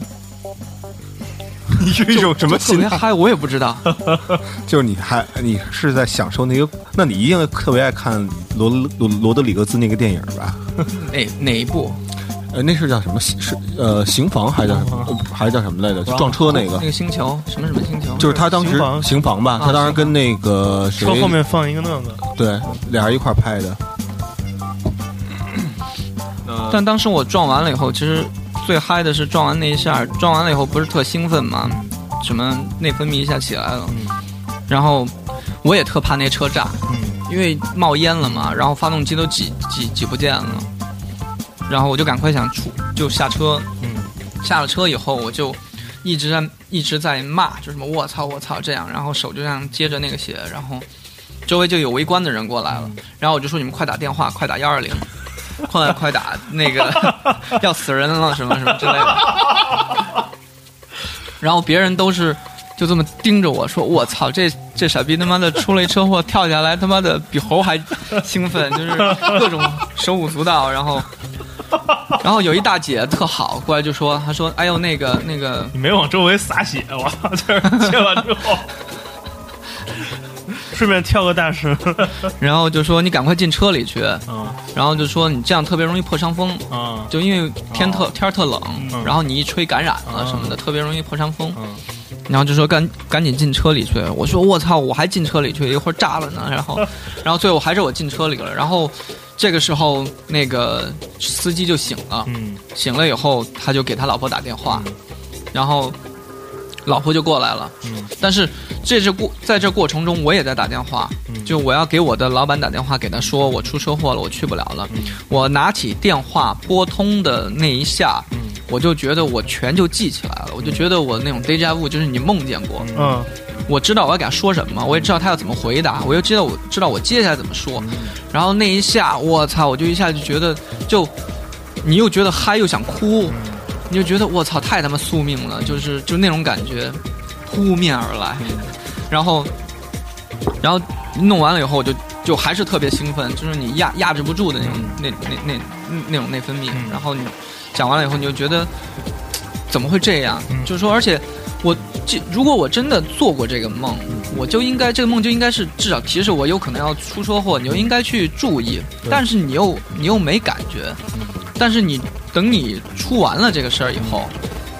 你是一种什么
特
心
别
态？
嗨，我也不知 道。
就是你还你是在享受那个，那你一定特别爱看罗罗罗德里格兹那个电影吧？
哪哎哪一部？
呃，那是叫什么？是呃，刑房还是叫什么？呃还是叫什么来着？就撞车那个
那，个星球什么什么星球？
就是他当时
刑房
刑房吧，
啊
他当时跟那个谁
车后面放一个那个，
对俩人一块儿拍的。
但当时我撞完了以后，其实最嗨的是撞完那一下，撞完了以后不是特兴奋嘛，什么内分泌一下起来了，然后我也特怕那车炸，因为冒烟了嘛，然后发动机都挤挤挤不见了，然后我就赶快想出就下车，下了车以后我就一直在一直在骂，就什么我操我操这样，然后手就这样接着那个血，然后周围就有围观的人过来了，然后我就说你们快打电话，快打幺二零。快快打那个要死人了什么什么之类的。然后别人都是就这么盯着我说：“我操，这这傻逼他妈的出了一车祸，跳下来他妈的比猴还兴奋，就是各种手舞足蹈。”然后，然后有一大姐特好，过来就说：“她说，哎呦那个那个，
你没往周围撒血，我操！就是接完之后， 顺便跳个大神，
然后就说你赶快进车里去，
嗯
然后就说你这样特别容易破伤风。”
嗯
就因为天特、天儿特冷，然后你一吹感染了什么的，特别容易破伤风。
嗯
然后就说赶赶紧进车里去，我说我操，我还进车里去，一会儿炸了呢。然后， 然后最后还是我进车里了。然后这个时候那个司机就醒了，
嗯
醒了以后他就给他老婆打电话，然后老婆就过来了。但是这这过在这过程中，我也在打电话，就我要给我的老板打电话，给他说我出车祸了，我去不了了。我拿起电话拨通的那一下，我就觉得我全就记起来了，我就觉得我那种 deja vu 就是你梦见过，
嗯，
我知道我要给他说什么，我也知道他要怎么回答，我又知道我知道我接下来怎么说，然后那一下，我操，我就一下就觉得，就你又觉得嗨又想哭，你就觉得我操太他妈宿命了，就是就那种感觉扑面而来，然后然后弄完了以后，我就就还是特别兴奋，就是你压压制不住的那种那那那那那种内分泌，然后你讲完了以后，你就觉得怎么会这样？就是说，而且我这如果我真的做过这个梦，我就应该这个梦就应该是至少提示我有可能要出车祸，你就应该去注意。但是你又你又没感觉，但是你等你出完了这个事儿以后，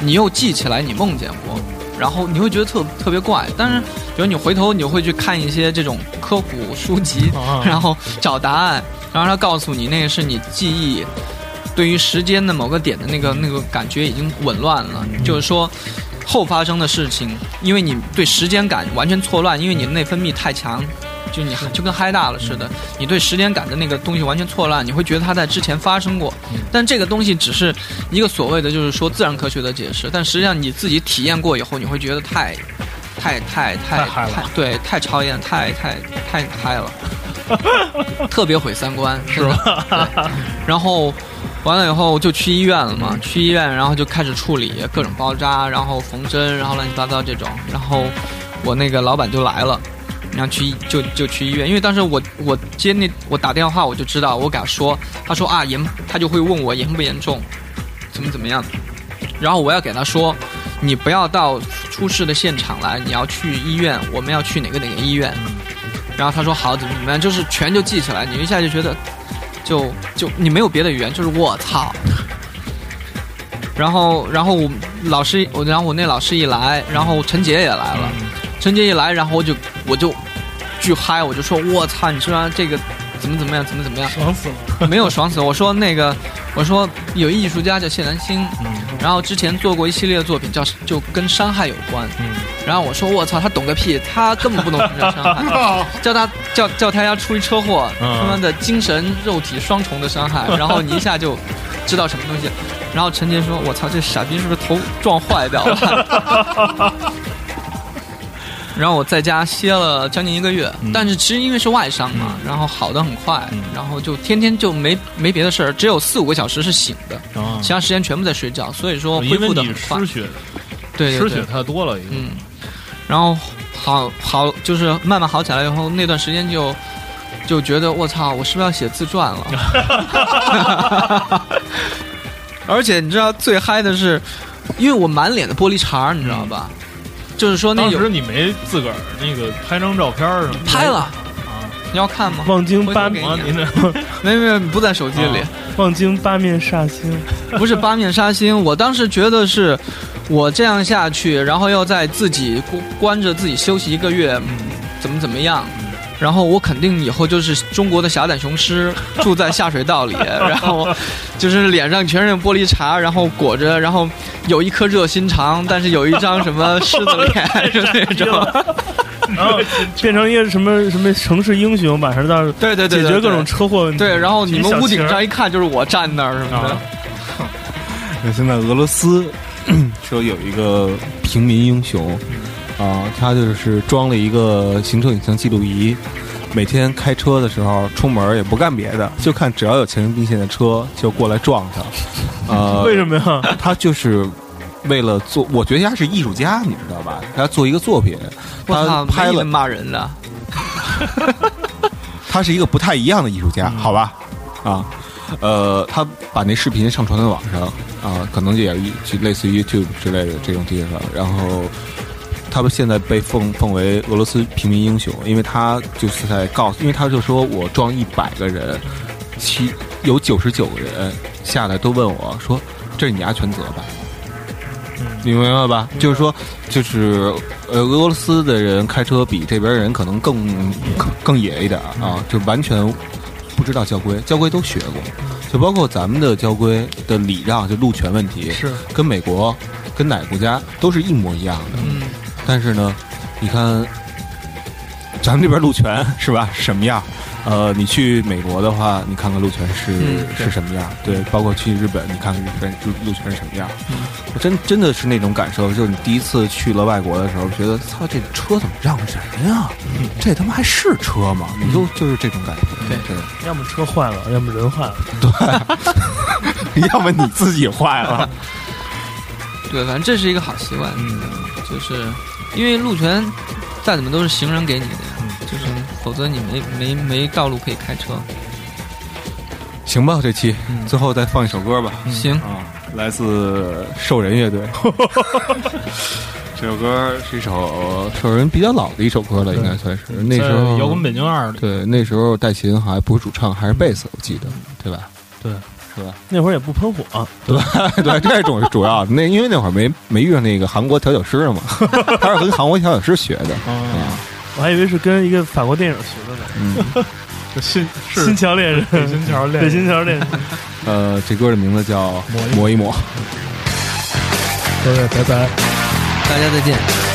你又记起来你梦见过，然后你会觉得特特别怪。但是比如你回头你就会去看一些这种科普书籍，然后找答案，然后他告诉你那个是你记忆。对于时间的某个点的那个那个感觉已经紊乱了，就是说，后发生的事情，因为你对时间感完全错乱，因为你内分泌太强，就你就跟嗨大了似的，你对时间感的那个东西完全错乱，你会觉得它在之前发生过，但这个东西只是一个所谓的就是说自然科学的解释，但实际上你自己体验过以后，你会觉得太。太太太
太嗨了
对，太超验，太太太嗨了，特别毁三观，是吧？对然后完了以后就去医院了嘛，去医院，然后就开始处理各种包扎，然后缝针，然后乱七八糟这种。然后我那个老板就来了，然后去就就去医院，因为当时我我接那我打电话我就知道，我给他说，他说啊严，他就会问我严不严重，怎么怎么样，然后我要给他说。你不要到出事的现场来，你要去医院，我们要去哪个哪个医院？然后他说好，怎么怎么样，就是全就记起来，你一下就觉得就就你没有别的语言，就是我操。然后，然后我老师，我然后我那老师一来，然后陈杰也来了，陈杰一来，然后我就我就巨嗨，我就说我操，你知道这个怎么怎么样，怎么怎么样，
爽死了，
嗯
没有爽死。我说那个，我说有艺术家叫谢兰心，然后之前做过一系列的作品叫就跟伤害有关，
嗯
然后我说我操，他懂个屁，他根本不懂什么叫 伤害，叫他叫叫他要出一车祸，
嗯
他妈的精神肉体双重的 伤害，然后你一下就知道什么东西。然后陈杰说：“我操，这傻逼是不是头撞坏掉了？” 然后我在家歇了将近一个月，
嗯
但是其实因为是外伤嘛，然后好的很快，然后就天天就没没别的事儿，只有四五个小时是醒的，
啊
其他时间全部在睡觉，所以说恢
因为
复的
你
很快
失。血
对
失
对
血
对，
太多了，已经
嗯，然后好好就是慢慢好起来以后，那段时间就就觉得我操，我是不是要写自传 了？而且你知道最嗨的是，因为我满脸的玻璃碴儿，你知道吧？就是说那
当
有
时你没自个儿那个拍张照片儿什么的？
拍了，你要看吗？
望京
回头
八
给
啊，
你
您这
没有没有，你不在手机里。
望京八面煞星，
不是八面杀心， 我当时觉得是，我这样下去，然后要在自己关关着自己休息一个月，嗯怎么怎么样，然后我肯定以后就是中国的侠胆雄狮，住在下水道里，然后就是脸上全是玻璃碴，然后裹着，然后有一颗热心肠，但是有一张什么狮子脸，是那种，
然后变成一个什么什么城市英雄，晚上到
对对对，
解
对
决各种。车祸问题。
对，然后你
骑
们
小
屋顶
旗儿啊
上一看就是我站那儿什么的，
现在俄罗斯说有一个平民英雄啊，他就是装了一个行车影像记录仪，每天开车的时候出门也不干别的，就看只要有前行并线的车就过来撞他。呃，
为什么呀？
他就是为了做，我觉得他是艺术家，你知道吧？他做一个作品，
我
他
操，没
拍
你
了
们，骂人的，
他是一个不太一样的艺术家，好吧？啊，呃，他把那视频上传到网上啊，可能也一就类似于 YouTube 之类的这种地方，然后。他们现在被奉奉为俄罗斯平民英雄，因为他就是在告诉，因为他就说我撞一百个人，其有九十九个人下来都问我说：“这是你家全责吧？”你明白吧？就是说，就是呃，俄罗斯的人开车比这边人可能更更更野一点儿啊，就完全不知道交规，交规都学过，就包括咱们的交规的礼让，就路权问题，
是
跟美国跟哪个国家都是一模一样的。
嗯，
但是呢，你看咱们这边路权是吧？什么样？呃，你去美国的话，你看看路权是、
嗯对
是什么样？对，包括去日本，你看看日本路路权是什么样？我真真的是那种感受，就是你第一次去了外国的时候，觉得操，这车怎么让人啊？这他妈还是车吗？你就就是这种感觉。
对
要么 车坏了，要么人坏了。
对，要么你自己坏了。
对，反正这是一个好习惯，就是因为路权再怎么都是行人给你的呀，就是否则你没没没道路可以开车。
行吧，这期、最后再放一首歌吧。
行，
啊，来自兽人乐队。这首歌是一首兽人比较老的一首歌了，应该算是那时
在
候
呃摇滚北京二里，
对，那时候戴琴好像不是主唱，还是贝斯，我记得，对吧？
对，
是吧？
那会儿也不喷火， 啊
对，这种是主要的。那因为那会儿没没遇上那个韩国调酒师嘛， 他是跟韩国调酒师学的。
我还以为是跟一个法国电影学的呢。
新
《 新桥恋人》，
北新桥
对《
练
新桥恋人》
呃，这歌的名字叫《磨一磨》。
大家再见。